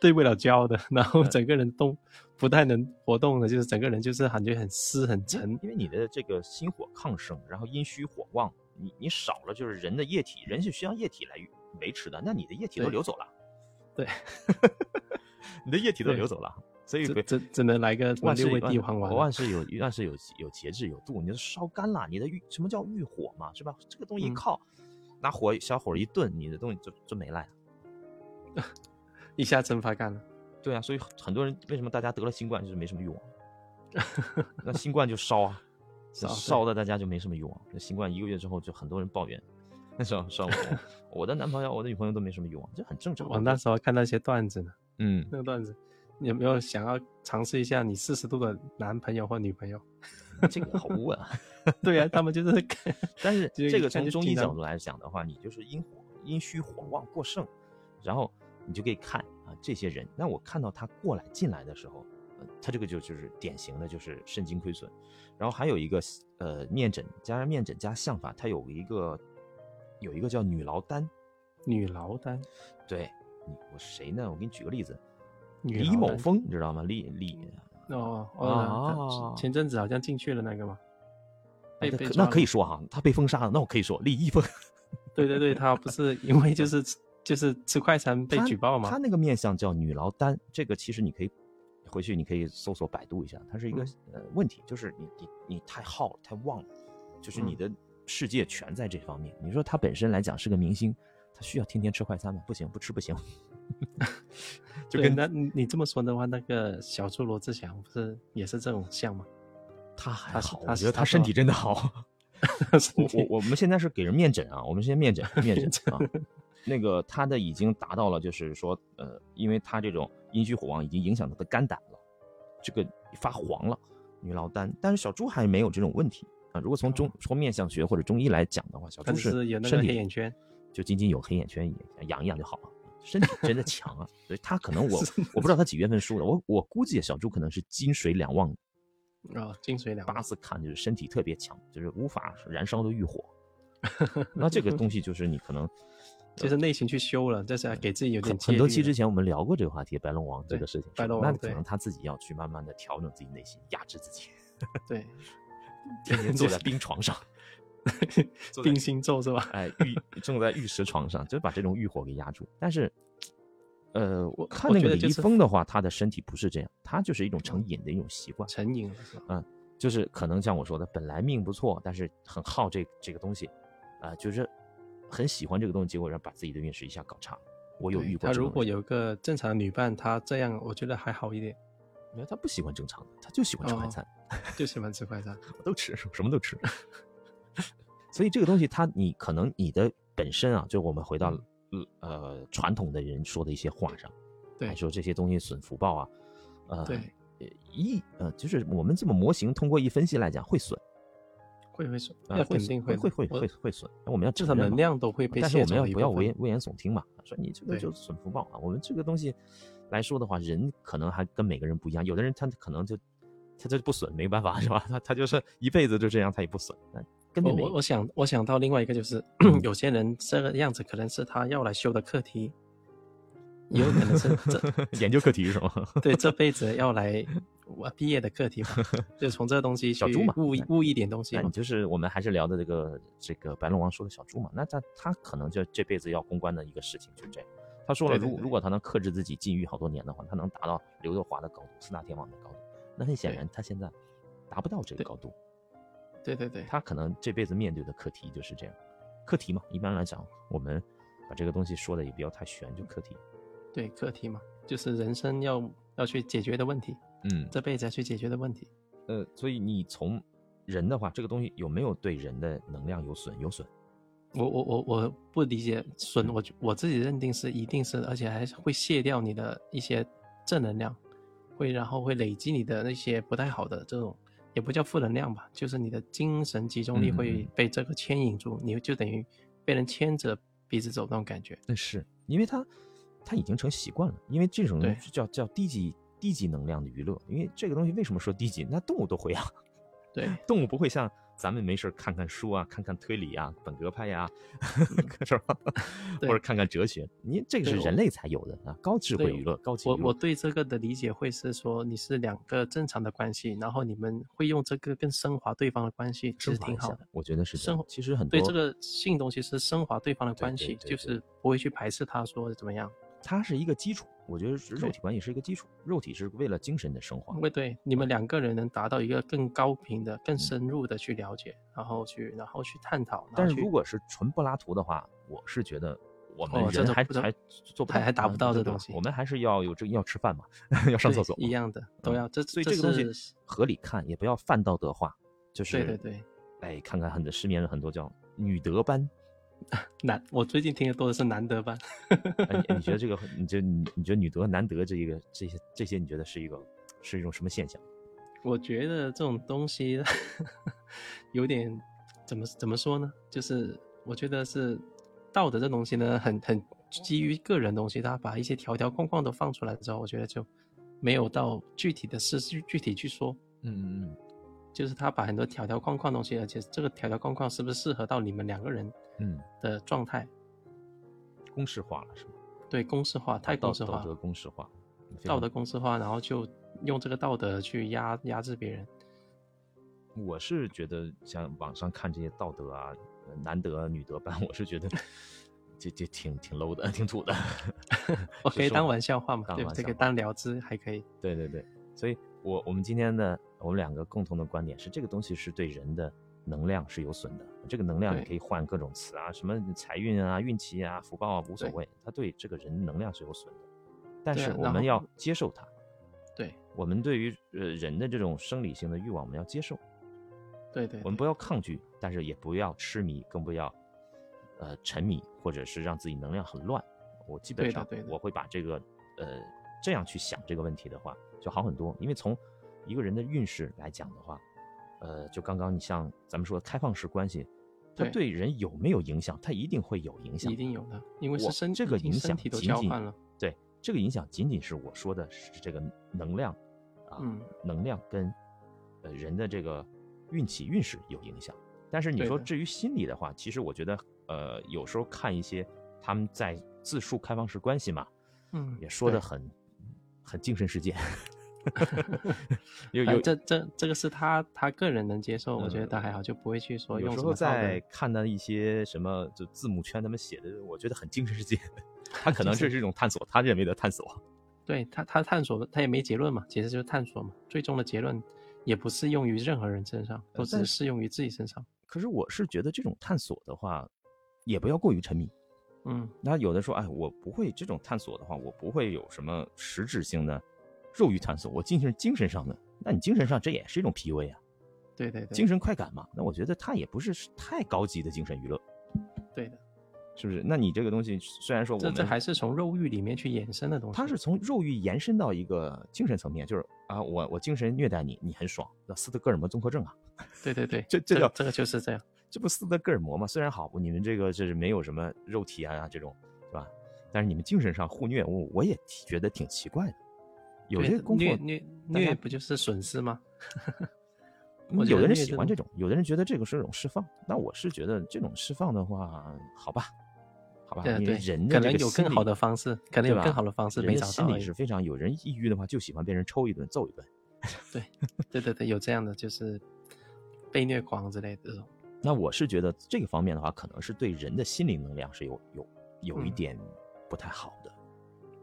B: 对不了焦的，然后整个人动不太能活动了，就是整个人就是感觉很湿很沉，
A: 因为你的这个心火亢盛，然后阴虚火旺，你你少了就是人的液体，人是需要液体来维持的，那你的液体都
B: 对
A: 流走了，
B: 对，
A: 你的液体都
B: 对
A: 流走了，所以
B: 只
A: 不
B: 只只能来个什么
A: 万事
B: 六味
A: 有
B: 地黄丸
A: 万
B: 了。
A: 事有万事有有节制有度，你就烧干了，你的欲什么叫欲火嘛，是吧？这个东西一
B: 嗯
A: 靠，拿火小火一炖，你的东西就就没了。
B: 一下蒸发干了。
A: 对啊，所以很多人为什么大家得了新冠就是没什么欲望，啊那新冠就烧啊，
B: 烧对
A: 烧的大家就没什么欲望。那新冠一个月之后，就很多人抱怨， 那烧烧我， 我的男朋友、我的女朋友都没什么欲望，这很正常。啊
B: 我哦那时候看那些段子呢，
A: 嗯，
B: 那个段子，你有没有想要尝试一下你四十度的男朋友或女朋友？
A: 这个毫无问啊。
B: 对呀、他们就是看，
A: 但是
B: 就
A: 这
B: 一
A: 个
B: 看
A: 从
B: 就
A: 中
B: 挺
A: 医
B: 难
A: 角度来讲的话，你就是阴火阴虚火旺过盛，然后你就可以看啊这些人。那我看到他过来进来的时候，呃他这个就就是典型的就是肾精亏损，然后还有一个呃面诊加上面诊加相法，它有一个有一个叫女劳丹，
B: 女劳丹，
A: 对你我谁呢？我给你举个例子，
B: 女
A: 李
B: 劳
A: 某
B: 丹
A: 峰你知道吗？李李
B: 哦哦，啊前阵子好像进去了那个嘛，被
A: 啊那
B: 被
A: 可那
B: 抓了
A: 可以说哈、他被封杀了，那我可以说李易峰
B: 对对对，他不是因为就是就是吃快餐被
A: 他
B: 举
A: 他
B: 报嘛？
A: 那个面相叫女劳丹，这个其实你可以回去，你可以搜索百度一下，它是一个、呃问题，就是你你你太好了，太旺了，就是你
B: 嗯
A: 的世界全在这方面。你说他本身来讲是个明星，他需要天天吃快餐吗？不行，不吃不 行。就
B: 对
A: 跟
B: 那你你这么说的话，那个小猪罗志祥不是也是这种像吗？
A: 他还
B: 他是
A: 好，
B: 他
A: 我
B: 是
A: 觉得
B: 他
A: 他
B: 是
A: 身
B: 吧
A: 体真的好。我我我们现在是给人面诊啊，我们现在面诊面
B: 面
A: 诊啊，那个他的已经达到了，就是说呃，因为他这种阴虚火旺已经影响他的肝胆了，这个发黄了，女老丹。但是小猪还没有这种问题啊。如果从中从面相学或者中医来讲的话，小
B: 但
A: 猪
B: 哦是有那个
A: 身
B: 黑
A: 体
B: 眼圈，
A: 就仅仅有黑眼圈也养一养就好了。身体真的强啊！所以他可能我 我不知道他几月份输的，我我估计小猪可能是金水两旺
B: 哦，金水两
A: 八字看就是身体特别强，就是无法燃烧的欲 火。那这个东西就是你可能
B: 就是内心去修了，这是给自己有点
A: 很
B: 戒
A: 很多
B: 律
A: 期
B: 了
A: 之前我们聊过这个话题，白龙王这
B: 对
A: 个事情是吧，
B: 白龙
A: 那
B: 王
A: 可
B: 对
A: 能他自己要去慢慢的调整自己内心，压制自 己，
B: 对，
A: 天天坐
B: 就
A: 在
B: 是
A: 冰床 上，坐在
B: 定心咒是吧？
A: 哎，玉正在玉石床上，就把这种欲火给压住。但是，呃，我看
B: 我
A: 那
B: 觉
A: 个
B: 得
A: 李
B: 就
A: 易
B: 是
A: 峰的话，他的身体不是这样，他就是一种成瘾的一种习惯。
B: 成瘾了是吧？
A: 就是可能像我说的，本来命不错，但是很好这这个东西，啊、就是很喜欢这个东西，结果让把自己的运势一下搞差了。我有
B: 对
A: 遇过
B: 他
A: 这种人，
B: 如果有个正常的女伴，他这样我觉得还好一点，
A: 没有他不喜欢正常的，他就喜欢吃快
B: 哦
A: 餐，
B: 就喜欢吃快餐。
A: 我都吃，什么都吃。 所以这个东西它，你可能你的本身啊，就我们回到呃传统的人说的一些话上，
B: 嗯对
A: 还说这些东西损福报啊，呃，
B: 对，
A: 呃，一呃，就是我们这么模型通过一分析来讲会损，
B: 会会损，
A: 呃
B: 那
A: 会
B: 肯定
A: 会
B: 会
A: 会
B: 的
A: 会
B: 我
A: 会会损，我们要
B: 至
A: 承
B: 少
A: 认
B: 能
A: 嘛
B: 量都会被
A: 但是我
B: 卸
A: 们
B: 走
A: 要
B: 一
A: 不要
B: 部分
A: 危危言耸听嘛？说你这个
B: 对
A: 就是损福报啊！我们这个东西来说的话，人可能还跟每个人不一样，有的人他可能就他就不损，没办法是吧？他他就是一辈子就这样，他也不损，那根
B: 我
A: 本没
B: 我我想我想到另外一 个就是，有些人这个样子可能是他要来修的课题，也有可能是这
A: 研究课题 是吗？
B: 对这辈子要来我毕业的课 题吧，就从这东西
A: 小
B: 去
A: 猪嘛哎
B: 悟一悟一点东西
A: 那你
B: 嘛。
A: 就是我们还是聊的这个这个白龙王说的小猪嘛，那他他可能就这辈子要公关的一个事情就这样。他说了，
B: 对对
A: 如果
B: 对
A: 如果他能克制自己禁欲好多年的话，他能达到刘德华的高度、四大天王的高度。那很显
B: 对
A: 然，他现在达不到这个
B: 对
A: 高度。
B: 对对对，
A: 他可能这辈子面对的课题就是这样，课题嘛，一般来讲，我们把这个东西说的也不要太玄，就课题。
B: 对课题嘛，就是人生要要去解决的问题，
A: 嗯，
B: 这辈子要去解决的问题。
A: 呃，所以你从人的话，这个东西有没有对人的能量有损？有损。
B: 我我我我不理解损，
A: 嗯
B: 我就我自己认定是一定是，而且还是会卸掉你的一些正能量，会然后会累积你的那些不太好的这种，也不叫负能量吧，就是你的精神集中力
A: 嗯嗯
B: 会
A: 嗯
B: 被这个牵引住，你就等于被人牵着鼻子走那种感觉。
A: 那是因为他他已经成习惯了，因为这种
B: 对
A: 叫叫低级低级能量的娱乐。因为这个东西为什么说低级？那动物都会啊，
B: 对，
A: 动物不会像咱们没事儿看看书啊，看看推理啊，本格派呀、 是吧？或
B: 对
A: 者看看哲学，你这个是
B: 对我
A: 人类才有的啊，高智慧
B: 对
A: 娱乐，高级
B: 我
A: 娱乐。
B: 我对这个的理解会是说，你是两个正常的关系，然后你们会用这个更升华对方的关系，其
A: 升
B: 实
A: 华
B: 挺
A: 一下
B: 好的。
A: 我觉得是这
B: 生
A: 样
B: 活。
A: 其实很多
B: 对这个性东西是升华对方的
A: 对
B: 关
A: 对
B: 系，
A: 对对
B: 就是不会去排斥他说怎么样。
A: 它是一个基础，我觉得是肉
B: 对
A: 体关系是一个基础，肉体是为了精神的升华
B: 因。为对你们两个人能达到一个更高频的、
A: 嗯
B: 更深入的去了解，然后去然后去探讨，然
A: 但
B: 后
A: 是
B: 去
A: 如果是纯柏拉图的话，我是觉得我们
B: 哦这
A: 人
B: 种
A: 还、
B: 不知道
A: 还做不
B: 还还达
A: 啊
B: 不到
A: 对
B: 这
A: 对
B: 东西
A: 我们还是要有这个要吃饭嘛， 要上厕
B: 对
A: 所嘛
B: 一样的都
A: 嗯
B: 要。这
A: 所以
B: 这
A: 这个东
B: 是
A: 西合理看，也不要泛道德化，就是
B: 对对对，
A: 哎，看看很多市面上很多叫女德班，
B: 难。我最近听的多的是难得班，
A: 哎你你觉得这个，你觉得你你觉得女德男德这一个这些这些，你觉得是一个是一种什么现象？
B: 我觉得这种东西 有点怎么怎么说呢？就是我觉得是道德这东西呢，很很基于个人东西，他把一些条条框框都放出来之后，我觉得就没有到具体的事具具体去说。
A: 嗯嗯嗯
B: 就是他把很多条条框框东西，而且这个条条框框是不是适合到你们两个人
A: 嗯，
B: 的状态？
A: 公式化了是吗？
B: 对，公式化，太
A: 道
B: 公式
A: 道
B: 化，
A: 德公式化，非
B: 道
A: 常
B: 德公式化，然后就用这个道德去压压制别人。
A: 我是觉得像网上看这些道德啊，呃男德女德班，我是觉得 这这挺挺 low 的，挺
B: 。
A: 土的
B: 我可以
A: 是
B: 当
A: 我
B: 玩笑话嘛，
A: 当
B: 对吧？
A: 玩
B: 这
A: 笑
B: 个
A: 话
B: 当聊资还可以。
A: 对对对，所以我我们今天呢，我们两个共同的观点是，这个东西是对人的能量是有损的。这个能量你
B: 对
A: 可以换各种词啊，什么财运啊、运气啊、福报啊，无所
B: 对
A: 谓，它对这个人能量是有损的。但
B: 对
A: 是
B: 啊
A: 我
B: 然
A: 们
B: 后
A: 要接受它，
B: 对
A: 我们对于呃人的这种生理性的欲望，我们要接受，
B: 对对
A: 我们不要抗拒，但是也不要痴迷，更不要呃沉迷，或者是让自己能量很乱。我基本
B: 对的
A: 上
B: 对的
A: 我会把这个呃这样去想这个问题的话，就好很多。因为从一个人的运势来讲的话，呃，就刚刚你像咱们说的开放式关系，它
B: 对
A: 对人有没有影响？它一定会有影响，
B: 一定有的，因为是
A: 我
B: 身
A: 这个
B: 已经
A: 影
B: 身
A: 响
B: 体都
A: 仅
B: 交
A: 仅
B: 换了，
A: 对这个影响仅仅是我说的是这个能量啊，
B: 嗯，
A: 能量跟呃人的这个运气运势有影响。但是你
B: 对
A: 说
B: 的
A: 至于心理的话，其实我觉得呃有时候看一些他们在自述开放式关系嘛，
B: 嗯，
A: 也说的
B: 对
A: 很很精神世 界，有
B: 哎
A: 有
B: 这这这个是他他个人能接受，我觉得
A: 嗯
B: 他还好，就不会去说
A: 有
B: 用
A: 时
B: 什
A: 候
B: 么道德
A: 在看到一些什么就字幕圈他们写的，我觉得很精神世 界，他可能这是一种探索，他认为的探索。
B: 对他他探索的他也没结论嘛，其实就是探索嘛，最终的结论也不适用于任何人身上，都
A: 呃
B: 只
A: 但
B: 是适用于自己身上。
A: 可是我是觉得这种探索的话，也不要过于沉迷。
B: 嗯，
A: 那有的说，哎，我不会这种探索的话，我不会有什么实质性的肉欲探索，我进行精神上的。那你精神上这也是一种 PUA 啊，
B: 对对对
A: 精，神快感嘛。那我觉得它也不是太高级的精神娱乐，
B: 对的，
A: 是不是？那你这个东西虽然说我
B: 这
A: 们
B: 这还是从肉欲里面去衍生的东西。
A: 它是从肉欲延伸到一个精神层面，就是啊，我我精神虐待你，你很爽，那斯德哥尔摩综合症啊，
B: 对对对，
A: 这这
B: 这
A: 叫
B: 这个就是这样。
A: 这不斯德哥尔摩吗？虽然好，你们这个这是没有什么肉体啊这种，是吧？但是你们精神上互虐，我我也挺觉得挺奇怪的。有
B: 对
A: 些功夫，
B: 虐虐
A: 大家
B: 虐不就是损失吗？我
A: 嗯
B: 觉
A: 有
B: 得
A: 的人
B: 虐
A: 喜欢这种，有的人觉得这个是一种释放。那我是觉得这种释放的话，好吧，好吧，
B: 对
A: 啊因为
B: 对，
A: 人的
B: 可
A: 这
B: 能
A: 个
B: 有
A: 心
B: 更
A: 理
B: 好的方式，可能
A: 对
B: 有更
A: 吧
B: 好的方式
A: 人
B: 没
A: 的
B: 找
A: 心
B: 到而
A: 理
B: 已。
A: 是非常有人抑郁的话，就喜欢被人抽一顿揍一顿。
B: 对对对对，有这样的就是被虐狂之类的这种。
A: 那我是觉得这个方面的话，可能是对人的心理能量是有有有一
B: 嗯
A: 点不太好的。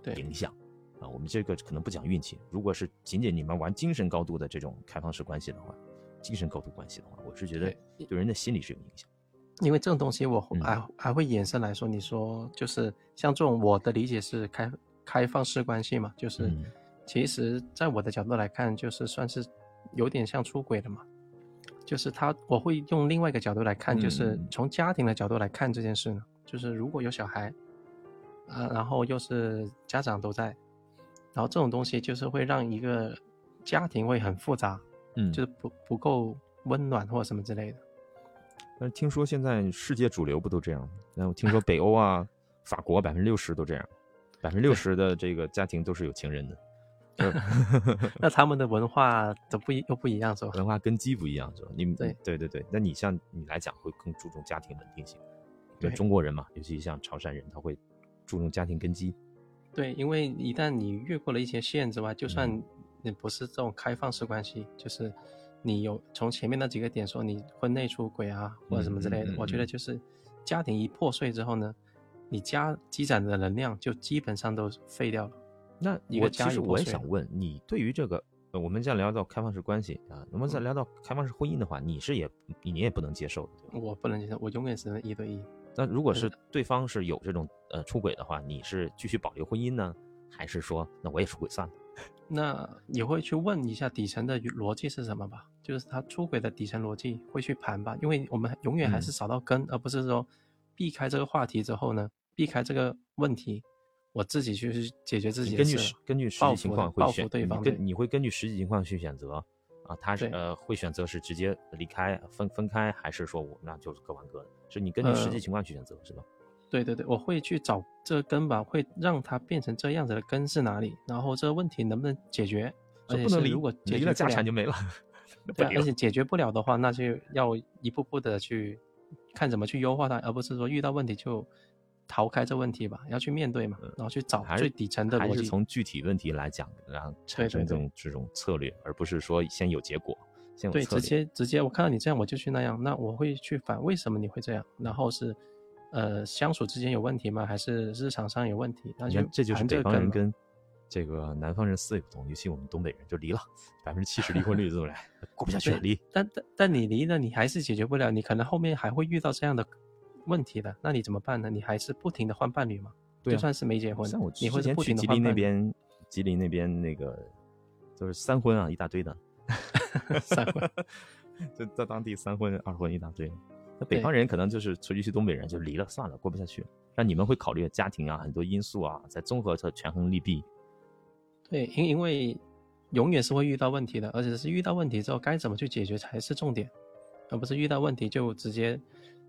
B: 对
A: 影响啊。我们这个可能不讲运气，如果是仅仅你们玩精神高度的这种开放式关系的话，精神高度关系的话，我是觉得
B: 对
A: 对人的心理是有影响。
B: 因为这种东西我
A: 嗯
B: 还、还会延伸来说，你说就是像这种，我的理解是开开放式关系嘛，就是、
A: 嗯
B: 其实在我的角度来看，就是算是有点像出轨了嘛。就是他，我会用另外一个角度来看，就是
A: 嗯
B: 从家庭的角度来看这件事呢，就是如果有小孩，啊，然后又是家长都在，然后这种东西就是会让一个家庭会很复杂，
A: 嗯
B: 就是不不够温暖或者什么之类的。
A: 但是听说现在世界主流不都这样吗？然后听说北欧啊、法国百分之六十都这样，百分之六十的这个家庭都是有情人的。
B: 那他们的文化都不一又不一样是吧？
A: 文化根基不一样，是吧？你
B: 对
A: 对对对，那你像你来讲会更注重家庭稳定性，因为
B: 对
A: 中国人嘛，尤其像潮汕人，他会注重家庭根基。
B: 对，因为一旦你越过了一些线之外，就算
A: 嗯
B: 你不是这种开放式关系，就是你有从前面那几个点说你婚内出轨啊或者什么之类
A: 嗯
B: 的，
A: 嗯嗯
B: 我觉得
A: 嗯
B: 就是家庭一破碎之后呢，你家积攒的能量就基本上都废掉了。
A: 那
B: 一
A: 我
B: 个
A: 其
B: 家
A: 实
B: 有破
A: 我也
B: 碎
A: 想
B: 的
A: 问你，对于这个，呃，我们现在聊到开放式关系啊，那么
B: 嗯
A: 再聊到开放式婚姻的话，你是也你也不能接受的，对吧？
B: 我不能接受，我永远只能一对一。
A: 那如果
B: 对
A: 是对方是有这种呃出轨的话，你是继续保留婚姻呢，还是说那我也出轨算了？
B: 那也会去问一下底层的逻辑是什么吧，就是他出轨的底层逻辑会去盘吧，因为我们永远还是
A: 嗯
B: 找到根，而不是说避开这个话题之后呢，避开这个问题，我自己去解决自
A: 你
B: 己的
A: 根据
B: 事
A: 实
B: 了。
A: 根据实
B: 报
A: 际情
B: 复的
A: 况会
B: 报
A: 选
B: 复对
A: 你
B: 方对
A: 跟你会根据实际情况去选择啊，他是
B: 对
A: 呃会选择是直接离开分分开，还是说我那就是各玩各的？是你根据实
B: 呃
A: 际情况去选择、是吧？
B: 对对对，我会去找这个根吧，会让它变成这样子的根是哪里，然后这个问题能不能解决？
A: 就
B: 而且
A: 不能
B: 是
A: 离，
B: 如果解
A: 离
B: 决
A: 了
B: 不
A: 家产
B: 了
A: 就没了，那不
B: 对啊，
A: 离
B: 而
A: 了
B: 且解决不了的话，那就要一步步的去看怎么去优化它，而不是说遇到问题就逃开这问题吧，要去面对嘛，然后去找
A: 嗯还是
B: 最底层的
A: 还
B: 逻
A: 是
B: 辑。
A: 从具体问题来讲，然后产
B: 对
A: 生这
B: 对
A: 种这种策略，而不是说先有结果，先有
B: 对，
A: 策
B: 直
A: 略。
B: 接直接，我看到你这样，我就去那样，那我会去反为什么你会这样，然后是，呃，相处之间有问题吗？还是日常上有问题？那
A: 你
B: 就
A: 看，这就是
B: 盘
A: 北
B: 个
A: 方
B: 梗
A: 人跟
B: 嘛
A: 这个南方人思维不同，尤其我们东北人就离了，百分之七十离婚率这 么来，过不下去了
B: 对
A: 离。
B: 但但但你离了，你还是解决不了，你可能后面还会遇到这样的问题的，那你怎么办呢？你还是不停的换伴侣嘛？
A: 对啊
B: 就算是没结婚，
A: 像我
B: 你
A: 之
B: 会是
A: 前
B: 不
A: 去
B: 停的
A: 吉
B: 换
A: 林那
B: 伴侣。
A: 边，吉林那边那个就是三婚啊，一大堆 的。
B: 散会
A: 就在当地三婚二婚一大堆。那
B: 对
A: 北方人可能就是，尤其东北人就离了算了，过不下去。但你们会考虑家庭啊，很多因素啊，再综合着权衡利弊。
B: 对，因因为永远是会遇到问题的，而且是遇到问题之后该怎么去解决才是重点，而不是遇到问题就直接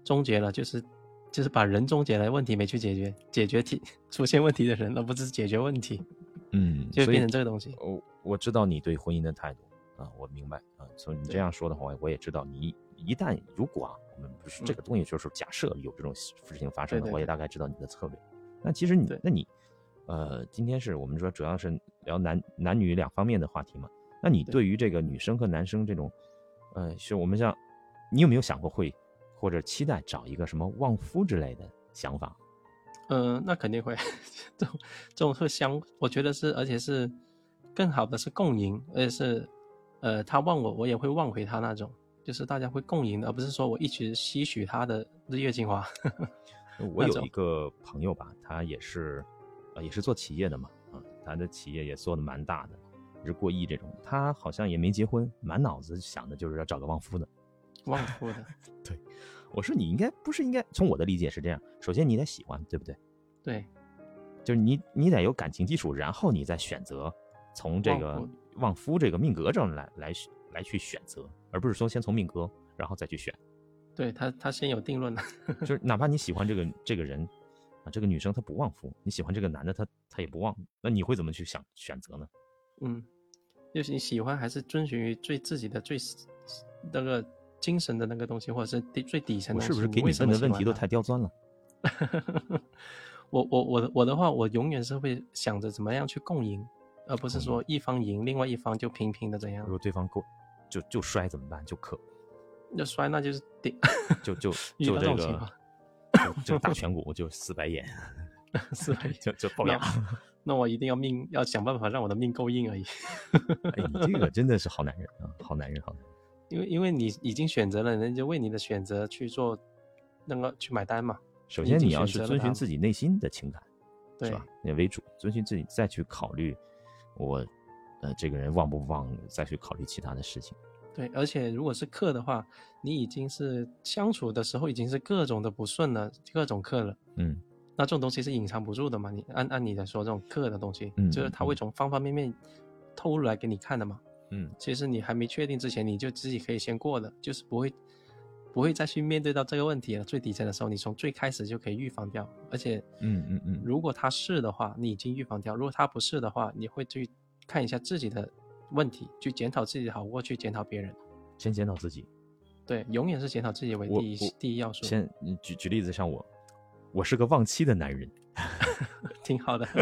B: 终结了，就是就是把人终结了，问题没去解决，解决题出现问题的人，而不是解决问题，
A: 嗯，
B: 就
A: 所以
B: 变成这个东西。
A: 我呃我知道你对婚姻的态度啊，我明白啊。从你这样说的话，我也知道你一旦如果啊，我们不是
B: 嗯
A: 这个东西，就是假设有这种事情发生
B: 对
A: 的，
B: 对
A: 我也大概知道你的策略。那其实你
B: 对，
A: 那你，呃，今天是我们说主要是聊男男女两方面的话题嘛？那你
B: 对
A: 对于这个女生和男生这种，呃，是我们像，你有没有想过会或者期待找一个什么旺夫之类的想法？
B: 嗯，那肯定会， 这种这种会相，我觉得是，而且是更好的是共赢，而且是，呃，他忘我，我也会忘回他那种，就是大家会共赢的，而不是说我一直吸取他的日月精华。
A: 呃我
B: 那
A: 有
B: 种
A: 一个朋友吧，他也是，呃，也是做企业的嘛，啊、他的企业也做的蛮大的，也是过亿这种。他好像也没结婚，满脑子想的就是要找个旺夫的。
B: 忘乎的，
A: 我说你应该不是应该，从我的理解是这样：首先你得喜欢，对不对？
B: 对
A: 就是你你得有感情基础，然后你再选择从这
B: 旺
A: 个
B: 夫
A: 旺夫这个命格上来来来去选择，而不是说先从命格然后再去选。
B: 对，他他先有定论了，
A: 就是哪怕你喜欢这个这个人啊，这个女生她不旺夫，你喜欢这个男的他他也不旺，那你会怎么去想选择呢？
B: 嗯，就是你喜欢还是遵循于最自己的最那个精神的那个东西，或者是底最底层
A: 我
B: 的
A: 是
B: 东西。
A: 不是给
B: 为
A: 你
B: 什
A: 问
B: 么
A: 的
B: 喜
A: 问
B: 欢啊
A: 题都
B: 他
A: 太刁钻了？
B: 我我我的我的话，我永远是会想着怎么样去共赢，而不是
A: 共赢
B: 说一方赢，另外一方就平平的怎样
A: 如，果对方够，就就摔怎么办？就磕，
B: 要摔那就是顶，
A: 就就
B: 遇
A: 就
B: 到
A: 这
B: 这种情
A: 个
B: 况，
A: 就就打颧骨，就死白 眼，
B: 是吧？
A: 就就龅牙。
B: 那我一定要命，要想办法让我的命够硬而已，
A: 哎，你这个真的是好男人啊，好男人，好男人。
B: 因为因为你已经选择了，人家就为你的选择去做那个去买单嘛，
A: 首
B: 你
A: 先
B: 已经
A: 你要
B: 选
A: 是
B: 择了
A: 遵
B: 他
A: 循
B: 了
A: 自己内心的情感，
B: 对
A: 是吧？也为主，遵循自己再去考虑我呃这个人旺不旺，再去考虑其他的事情。
B: 对，而且如果是克的话，你已经是相处的时候已经是各种的不顺了，各种克了。
A: 嗯。
B: 那这种东西是隐藏不住的嘛？你按按你来说，这种克的东西，
A: 嗯
B: 就是它会
A: 嗯
B: 从方方面面透露来给你看的嘛。
A: 嗯，
B: 其实你还没确定之前，你就自己可以先过的，就是不会不会再去面对到这个问题了。最底层的时候，你从最开始就可以预防掉。而且，
A: 嗯嗯嗯
B: 如果他是的话，你已经预防掉；如果他不是的话，你会去看一下自己的问题，去检讨自己的好过，去检讨别人。
A: 先检讨自己。
B: 对，永远是检讨自己为
A: 我
B: 第一
A: 我
B: 第一要素，
A: 先你举举例子，像我，我是个忘妻的男人。
B: 挺好的。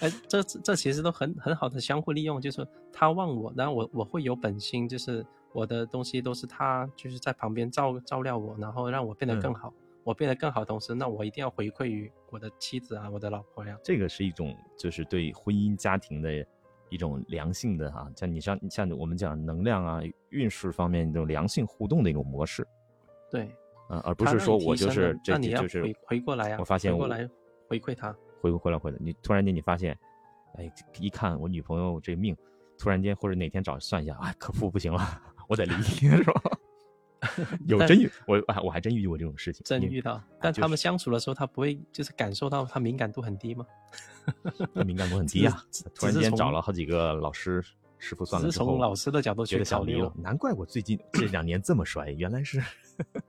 B: 哎，这这其实都很很好的相互利用，就是他忘我，然后我我会有本心，就是我的东西都是他就是在旁边照照料我，然后让我变得
A: 嗯
B: 更好。我变得更好，同时那我一定要回馈于我的妻子啊，我的老婆呀、
A: 这个是一种就是对婚姻家庭的一种良性的哈、像你像像我们讲能量啊、运势方面这种良性互动的一种模式，
B: 对，
A: 嗯、而不
B: 他
A: 是
B: 让
A: 说
B: 你
A: 我
B: 提
A: 就
B: 升了
A: 是这
B: 那你要
A: 就是
B: 回回过来啊
A: 我发现
B: 回过
A: 我
B: 来回馈他，
A: 回过回来回来，你突然间你发现，哎，一看我女朋友这命，突然间或者哪天找算一下，啊、可夫不行了，我得离， 是 吧？有
B: 但
A: 真有我啊，我还真遇过这种事情，
B: 真
A: 因为
B: 遇到。但
A: 就
B: 他们
A: 是
B: 相处的时候，他不会就是感受到他敏感度很低吗？
A: 他敏感度很
B: 只
A: 低啊
B: 只，
A: 突然
B: 只是
A: 间
B: 从
A: 找了好几个老师师傅算
B: 只
A: 了
B: 是
A: 之后，
B: 从老师的角度
A: 觉
B: 去
A: 得想
B: 考
A: 离
B: 虑
A: 了
B: 了，。
A: 难怪我最 近这两年这么衰，原来是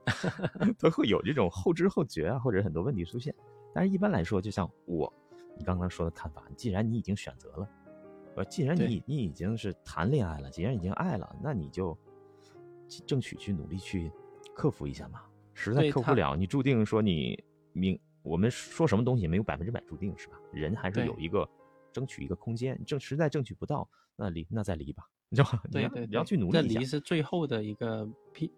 A: 都会有这种后知后觉啊，或者很多问题出现。但是一般来说，就像我你刚刚说的看法，既然你已经选择了，呃，既然你
B: 对
A: 你已经是谈恋爱了，既然已经爱了，那你就争取去努力去克服一下嘛。实在
B: 对
A: 克服
B: 他
A: 不了，你注定说你明我们说什么东西没有百分之百注定，是吧？人还是
B: 对
A: 有一个争取一个空间，争实在争取不到，那离那再离吧，你知道吧？你
B: 对
A: 要
B: 对对，
A: 你要去努
B: 这
A: 力一下
B: 离。是最后的一个逼，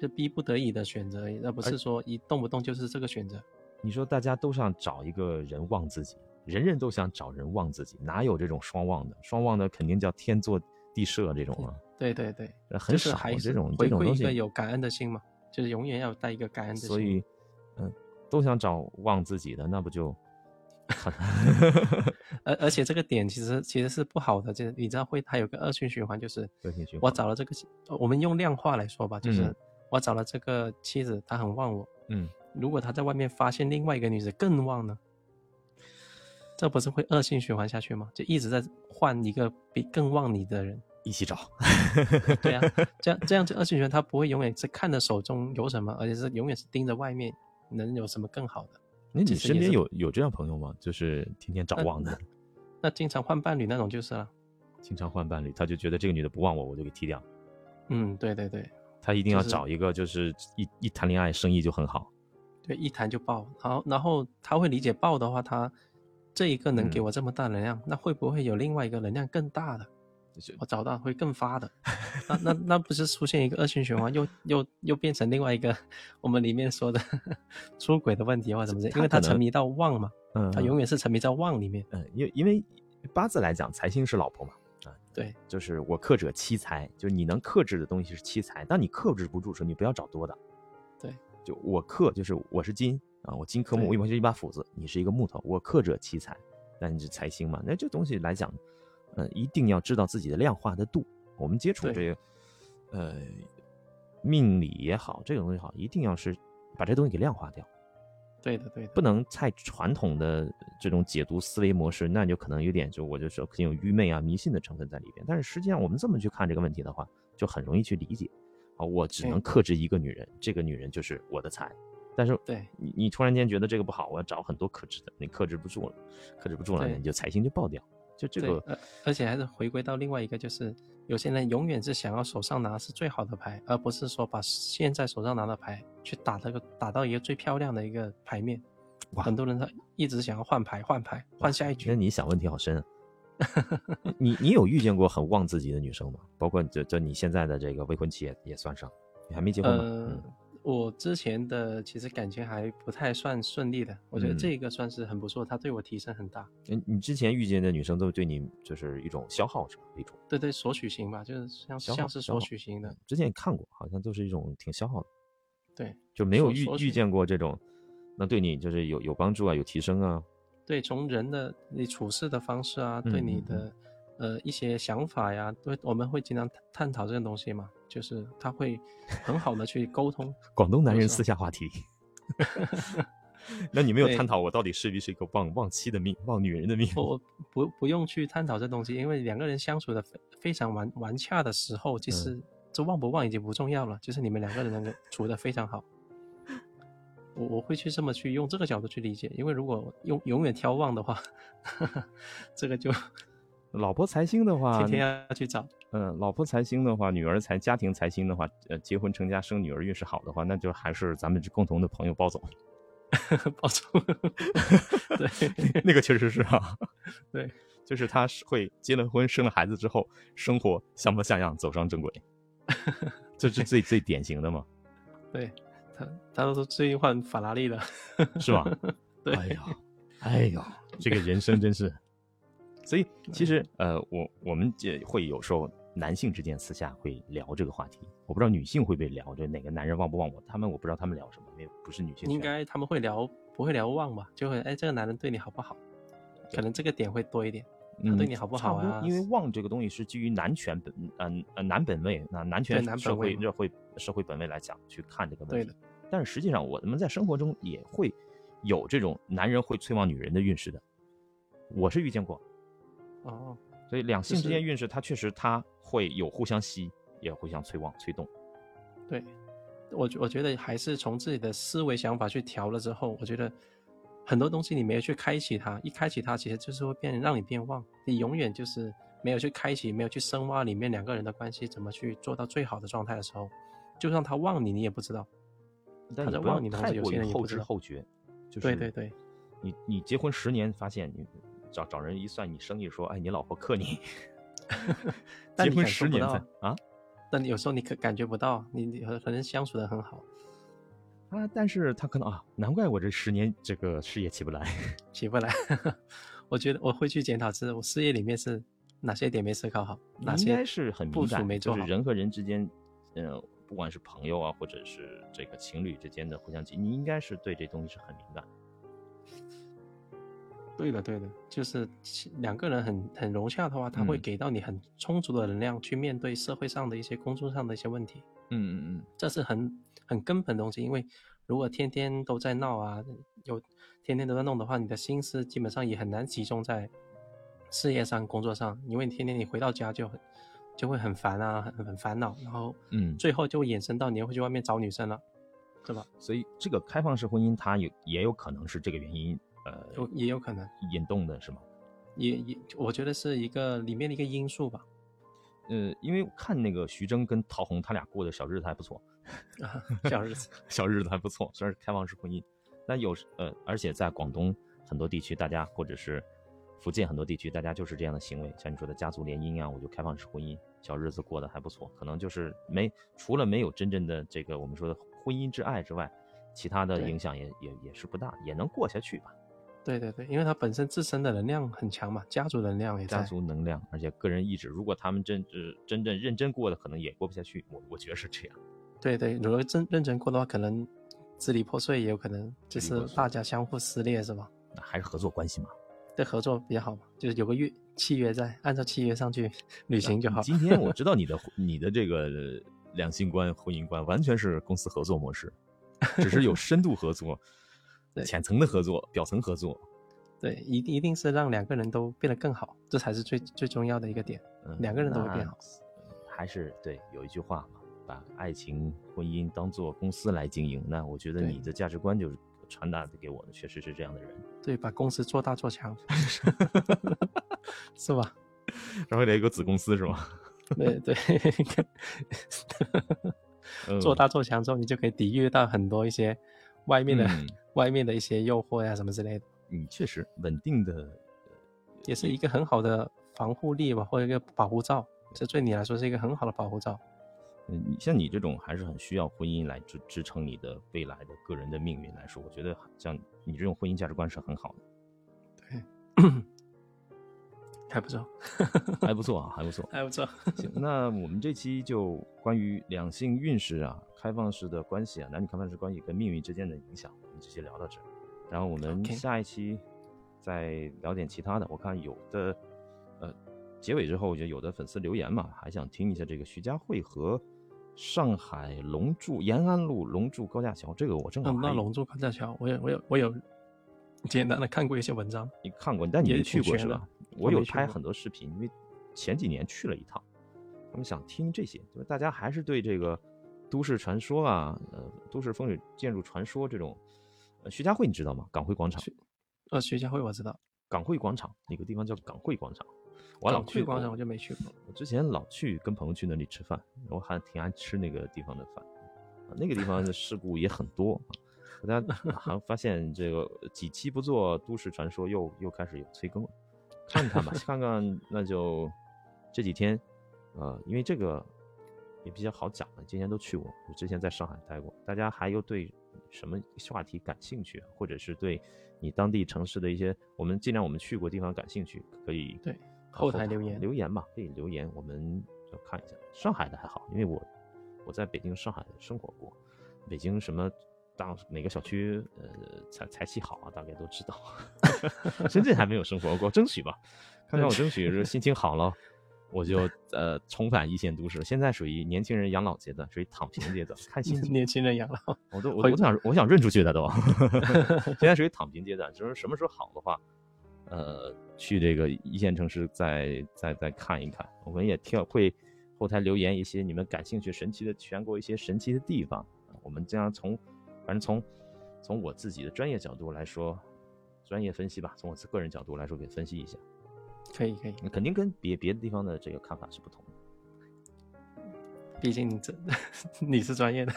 B: 是逼不得已的选择，而不是说一动不动就是这个选择。
A: 你说大家都想找一个人旺自己，人人都想找人旺自己，哪有这种双旺的？双旺的肯定叫天作地设这种啊，
B: 对对对，
A: 呃很
B: 就是
A: 少
B: 还是
A: 这种
B: 回
A: 这种东
B: 归一个
A: 西。
B: 有感恩的心嘛，就是永远要带一个感恩的心。
A: 所以，嗯、都想找旺自己的，那不就很
B: 而而且这个点其实其实是不好的，就是你知道会它有个恶性循环，就是
A: 恶性循环
B: 我找了这个妻，呃我们用量化来说吧，就是
A: 嗯
B: 我找了这个妻子，她很旺我，
A: 嗯？
B: 如果她在外面发现另外一个女子更旺呢，这不是会恶性循环下去吗？就一直在换一个比更旺你 的人，
A: 一起找，
B: 对啊，这样这样就恶性循环，他不会永远是看着手中有什么，而且是永远是盯着外面能有什么更好的。
A: 那你
B: 其实
A: 身
B: 也
A: 边
B: 是呃
A: 有有这样朋友吗？就是天天找旺的，
B: 那经常换伴侣那种就是了，
A: 经常换伴侣，他就觉得这个女的不旺我，我就给踢掉。
B: 嗯，对对对。
A: 他一定要
B: 就是
A: 找一个就是一一谈恋爱生意就很好，
B: 对，一谈就爆。然后，然后他会理解爆的话，他这一个能给
A: 嗯
B: 我这么大能量，那会不会有另外一个能量更大的？我找到会更发 的，那那那不是出现一个恶性循环，又又又变成另外一个我们里面说的 出轨的问题或者怎么的？
A: 他
B: 因为
A: 可
B: 他
A: 能
B: 沉迷到旺嘛，
A: 嗯，
B: 哦他永远是沉迷在旺里面。
A: 嗯，因为因为八字来讲，财星是老婆嘛，啊，
B: 对，
A: 就是我克者七财，就是你能克制的东西是七财，当你克制不住的时候，你不要找多的，
B: 对，
A: 就我克就是我是金啊，我金克木，
B: 对
A: 我一般是一把斧子，你是一个木头，我克者七财，那你是财星嘛，那这东西来讲，呃，一定要知道自己的量化的度，我们接触
B: 对
A: 这个，呃，命理也好，这种东西也好，一定要是把这东西给量化掉。
B: 对的，对的，
A: 不能太传统的这种解读思维模式，那就可能有点就我就说很有愚昧啊、迷信的成分在里边。但是实际上我们这么去看这个问题的话，就很容易去理解。啊，我只能
B: 对
A: 克制一个女人，这个女人就是我的财。但是
B: 对
A: 你你突然间觉得这个不好，我要找很多克制的，你克制不住了，克制不住了，
B: 对
A: 你就财星就爆掉。就这
B: 对呃
A: 个，
B: 而而且还是回归到另外一个，就是有些人永远是想要手上拿是最好的牌，而不是说把现在手上拿的牌去打这个打到一个最漂亮的一个牌面。
A: 哇
B: 很多人他一直想要换牌，换牌，换下一
A: 那
B: 局。
A: 你想问题好 深啊。你你有遇见过很旺自己的女生吗？包括这这你现在的这个未婚妻也也算上，你还没结婚吗？
B: 呃
A: 嗯，
B: 我之前的其实感情还不太算顺利的，我觉得
A: 嗯
B: 这一个算是很不错，他对我提升很大。
A: 嗯，你之前遇见的女生都对你就是一种消耗是吧？为主，
B: 对对，索取型吧，就是像
A: 消耗
B: 像是
A: 消
B: 索
A: 耗
B: 取型的，
A: 之前也看过，好像都是一种挺消耗的，
B: 对
A: 就没有
B: 索
A: 遇
B: 索
A: 遇
B: 取
A: 见过这种，能对你就是有有帮助啊，有提升啊，
B: 对，从人的你处事的方式啊，对
A: 嗯嗯
B: 你的呃一些想法呀，对，我们会经常探探讨这种东西嘛，就是他会很好的去沟通。
A: 广东男
B: 有
A: 人
B: 时候
A: 私下话 题。 那你没有
B: 对哦
A: 探讨我到底是不是一个忘忘妻的命，忘女人的命？
B: 我我不不用去探讨这东西，因为两个人相处的非非常融融洽的时候，其
A: 嗯
B: 实这旺不旺已经不重要了，就是你们两个人能够处的非常好。 我我会去这么去用这个角度去理解，因为如果用永远挑旺的话， 这个就
A: 老婆财星的话，
B: 天天要去找。
A: 嗯，老婆财星的话，女儿财，家庭财星的话，呃，结婚成家生女儿运势好的话，那就还是咱们共同的朋友包总，
B: 爆出， 对
A: 那个确实是啊，
B: 对，
A: 就是他是会结了婚、生了孩子之后，生活像模像样走上 正轨，这是最最典型的嘛，
B: 对，他他都说最近换法拉利了，
A: 是吧？
B: 对，
A: 哎呦，哎呦，这个人生真是。所以其实呃，我我们这会有时候男性之间私下会聊这个话题，我不知道女性会不会聊这哪个男人忘不忘我，他们我不知道他们聊什么，因为不是女性圈。
B: 应该他们会聊，不会聊忘吧？就会哎，这个男人对你好不好？可能这个点会多一点。他对你好不
A: 嗯差
B: 好
A: 多
B: 啊
A: 因为望这个东西是基于男权本，嗯呃男本位，那男权
B: 对男
A: 社
B: 本位
A: 会
B: 嘛
A: 社会社会本位来讲去看这个
B: 对
A: 问题
B: 的。
A: 但是实际上，我们在生活中也会有这种男人会催旺女人的运势的，我是遇见过。
B: 哦，
A: 所以两性之
B: 是
A: 间运势，它确实它会有互相吸，也互相催旺催动。
B: 对，我觉我觉得还是从自己的思维想法去调了之后，我觉得很多东西你没有去开启它，一开启它，其实就是会变让你变旺，你永远就是没有去开启，没有去深挖里面两个人的关系怎么去做到最好的状态的时候，就算他忘你，你也不知道。
A: 但
B: 他
A: 你
B: 在
A: 不要
B: 旺你的同
A: 太
B: 时有
A: 过
B: 些
A: 于
B: 人也
A: 后
B: 不知
A: 知
B: 道
A: 后觉，就是
B: 对对对，
A: 你你结婚十年，发现你找找人一算，你生意说，哎，你老婆克 你，
B: 但
A: 结
B: 你
A: 婚
B: 感受
A: 十
B: 不
A: 年
B: 到
A: 才啊
B: 但你有时候你可感觉不到，你你和和人相处的很好，
A: 啊！但是他可能啊，难怪我这十年这个事业起 不来。
B: 起不来。 我觉得我会去检讨自我事业里面是哪些点没思考好，
A: 你
B: 哪
A: 应该
B: 些
A: 是很
B: 部
A: 敏
B: 署
A: 感，
B: 没
A: 就
B: 做
A: 是
B: 好。
A: 人和人之间，呃，不管是朋友啊，或者是这个情侣之间的互相激，你应该是对这东西是很敏感的。
B: 对的对的，就是其两个人很很融洽的话，他会
A: 嗯
B: 给到你很充足的能量去面对社会上的一些公众上的一些问题。
A: 嗯嗯嗯，
B: 这是很很根本的东西，因为如果天天都在闹啊，有天天都在弄的话，你的心思基本上也很难集中在事业上、工作上，因为你天天你回到家就很就会很烦啊，很很烦恼，然后
A: 嗯
B: 最后就会衍生到你会去外面找女生了，对吧？
A: 所以这个开放式婚姻，它有也有可能是这个原因，呃，
B: 有也有可能，
A: 引动的是吗？
B: 也也我觉得是一个里面的一个因素吧。
A: 呃，因为看那个徐峥跟陶虹他俩过的小日子还不错，
B: 啊，小 日子，
A: 小日子还不错，虽然是开放式婚姻，但有时呃，而且在广东很多地区，大家或者是福建很多地区，大家就是这样的行为，像你说的家族联姻啊，我就开放式婚姻，小日子过得还不错，可能就是没除了没有真正的这个我们说的婚姻之爱之外，其他的
B: 对
A: 影响也也也是不大，也能过下去吧。
B: 对对对，因为它本身自身的能量很强嘛，家族能量也
A: 家
B: 在，
A: 族能量，而且个人意志，如果他们真呃真正认真过的，可能也过不下去。我我觉得是这样。
B: 对对，如果真认真过的话，可能支离破碎，也有可能
A: 支
B: 就
A: 离
B: 是
A: 破碎
B: 大家相互撕裂，是吧？
A: 那还是合作关系嘛。
B: 对合作比较好嘛，就是有个约契约在，按照契约 上去啊履行就好。
A: 今 天我知道你的你的这个两性观、婚姻观完全是公司合作模式，只是有深度合作
B: 对、
A: 浅层的合作、表层合作。
B: 对，一定一定是让两个人都变得更好，这才是最最重要的一个点。
A: 嗯
B: 两个人都会变
A: 那
B: 好
A: 还是对有一句话嘛，把爱情、婚姻当做公司来经营。那我觉得
B: 对
A: 你的价值观就是传达给我的，确实是这样 的人。
B: 对，把公司做大 做强，是吧？
A: 然后得有个子公司是吗？
B: 对对，
A: 嗯
B: 做大做强之后，你就可以抵御到很多一些外面的、
A: 嗯
B: 外面的一些诱惑呀、什么之类的，
A: 你确实稳定的
B: 也是一个很好的防护力吧，或者一个保护罩。这对你来说是一个很好的保护罩。
A: 嗯，你像你这种还是很需要婚姻来支支撑你的未来的个人的命运来说，我觉得像你这种婚姻价值观是很好的，
B: 还不错，嗯
A: 还不错啊，还不错。
B: 还不错。
A: 行，那我们这期就关于两性运势啊、开放式的关系啊、男女开放式关系跟命运之间的影响，我们这期聊到这儿。然后我们
B: OK
A: 下一期再聊点其他的。我看有的呃，结尾之后，我觉得有的粉丝留言嘛，还想听一下这个徐家汇和上海龙柱延安路龙柱高架桥，这个我正好
B: 嗯，
A: 还
B: 那龙珠高架桥，我有我有我有简单的看过一些文章。
A: 你看过，但你
B: 也
A: 没去
B: 挺
A: 过是
B: 悬的
A: 吧？
B: 我
A: 我有
B: 没去
A: 拍
B: 过
A: 很多视频，因为前几年去了一趟，他们想听这些，就是大家还是对这个都市传说啊，呃，都市风水建筑传说这种。呃徐家汇你知道吗？港汇广场，
B: 呃，徐家汇我知道，
A: 港汇广场那个地方叫港汇广场，我还老
B: 港
A: 去
B: 汇广
A: 过
B: 场我就没去过。
A: 我之前老去跟朋友去那里吃饭，我还挺爱吃那个地方的饭。啊那个地方的事故也很多，啊大家还发现这个几期不做都市传说又又开始有催更了，看看吧，看看那就这几天，呃，因为这个也比较好讲了，今年都去过，我之前在上海待过，大家还有对什么话题感兴趣，啊或者是对你当地城市的一些我们尽量我们去过地方感兴趣，可以
B: 对
A: 呃
B: 后台留言
A: 留言吧，可以留言，我们就看一下。上海的还好，因为我我在北京、上海生活过，北京什么。当哪个小区呃财财气好啊，大概都知 道。深圳还没有生活过，争取吧，看看我争取是心情好了，我 就呃重返一线都市。现在属于年轻人养老阶段，属于躺平阶段，看心情。
B: 年轻人养老，
A: 我都我
B: 回
A: 我都想我想润出去的都， 现在属于躺平阶段，就是什么时候好的话，呃，去这个一线城市再再再看一看。我们也听会后台留言一些你们感兴趣神奇的全国一些神奇的地方，我们这样从反正从从我自己的专业角度来说，专业分析吧，从我自个人角度来说给分析一下，
B: 可以可以，
A: 肯定跟别别的地方的这个看法是不同的。
B: 毕竟你这 你是专业的。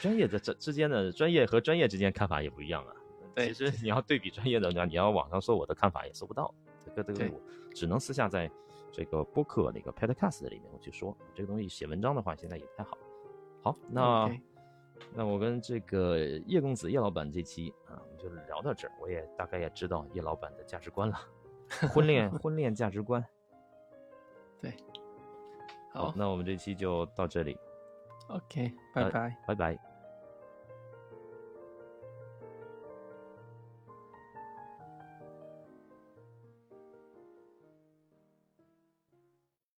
A: 专业的这之间的专业和专业之间看法也不一样啊。
B: 对
A: 其实你要对比专业的呢，你要网上搜我的看法也搜不到，这个这
B: 对
A: 个我只能私下在这个播客那个 Podcast 里面我去说这个东西。写文章的话，现在也不太好。好，那
B: OK
A: 那我跟这个叶公子叶老板这期啊，我们就聊到这儿。我也大概也知道叶老板的价值 观了，婚恋婚恋价值观。
B: 好
A: 那我们这期就到这里，
B: ，OK，拜
A: 呃
B: 拜。
A: 拜拜。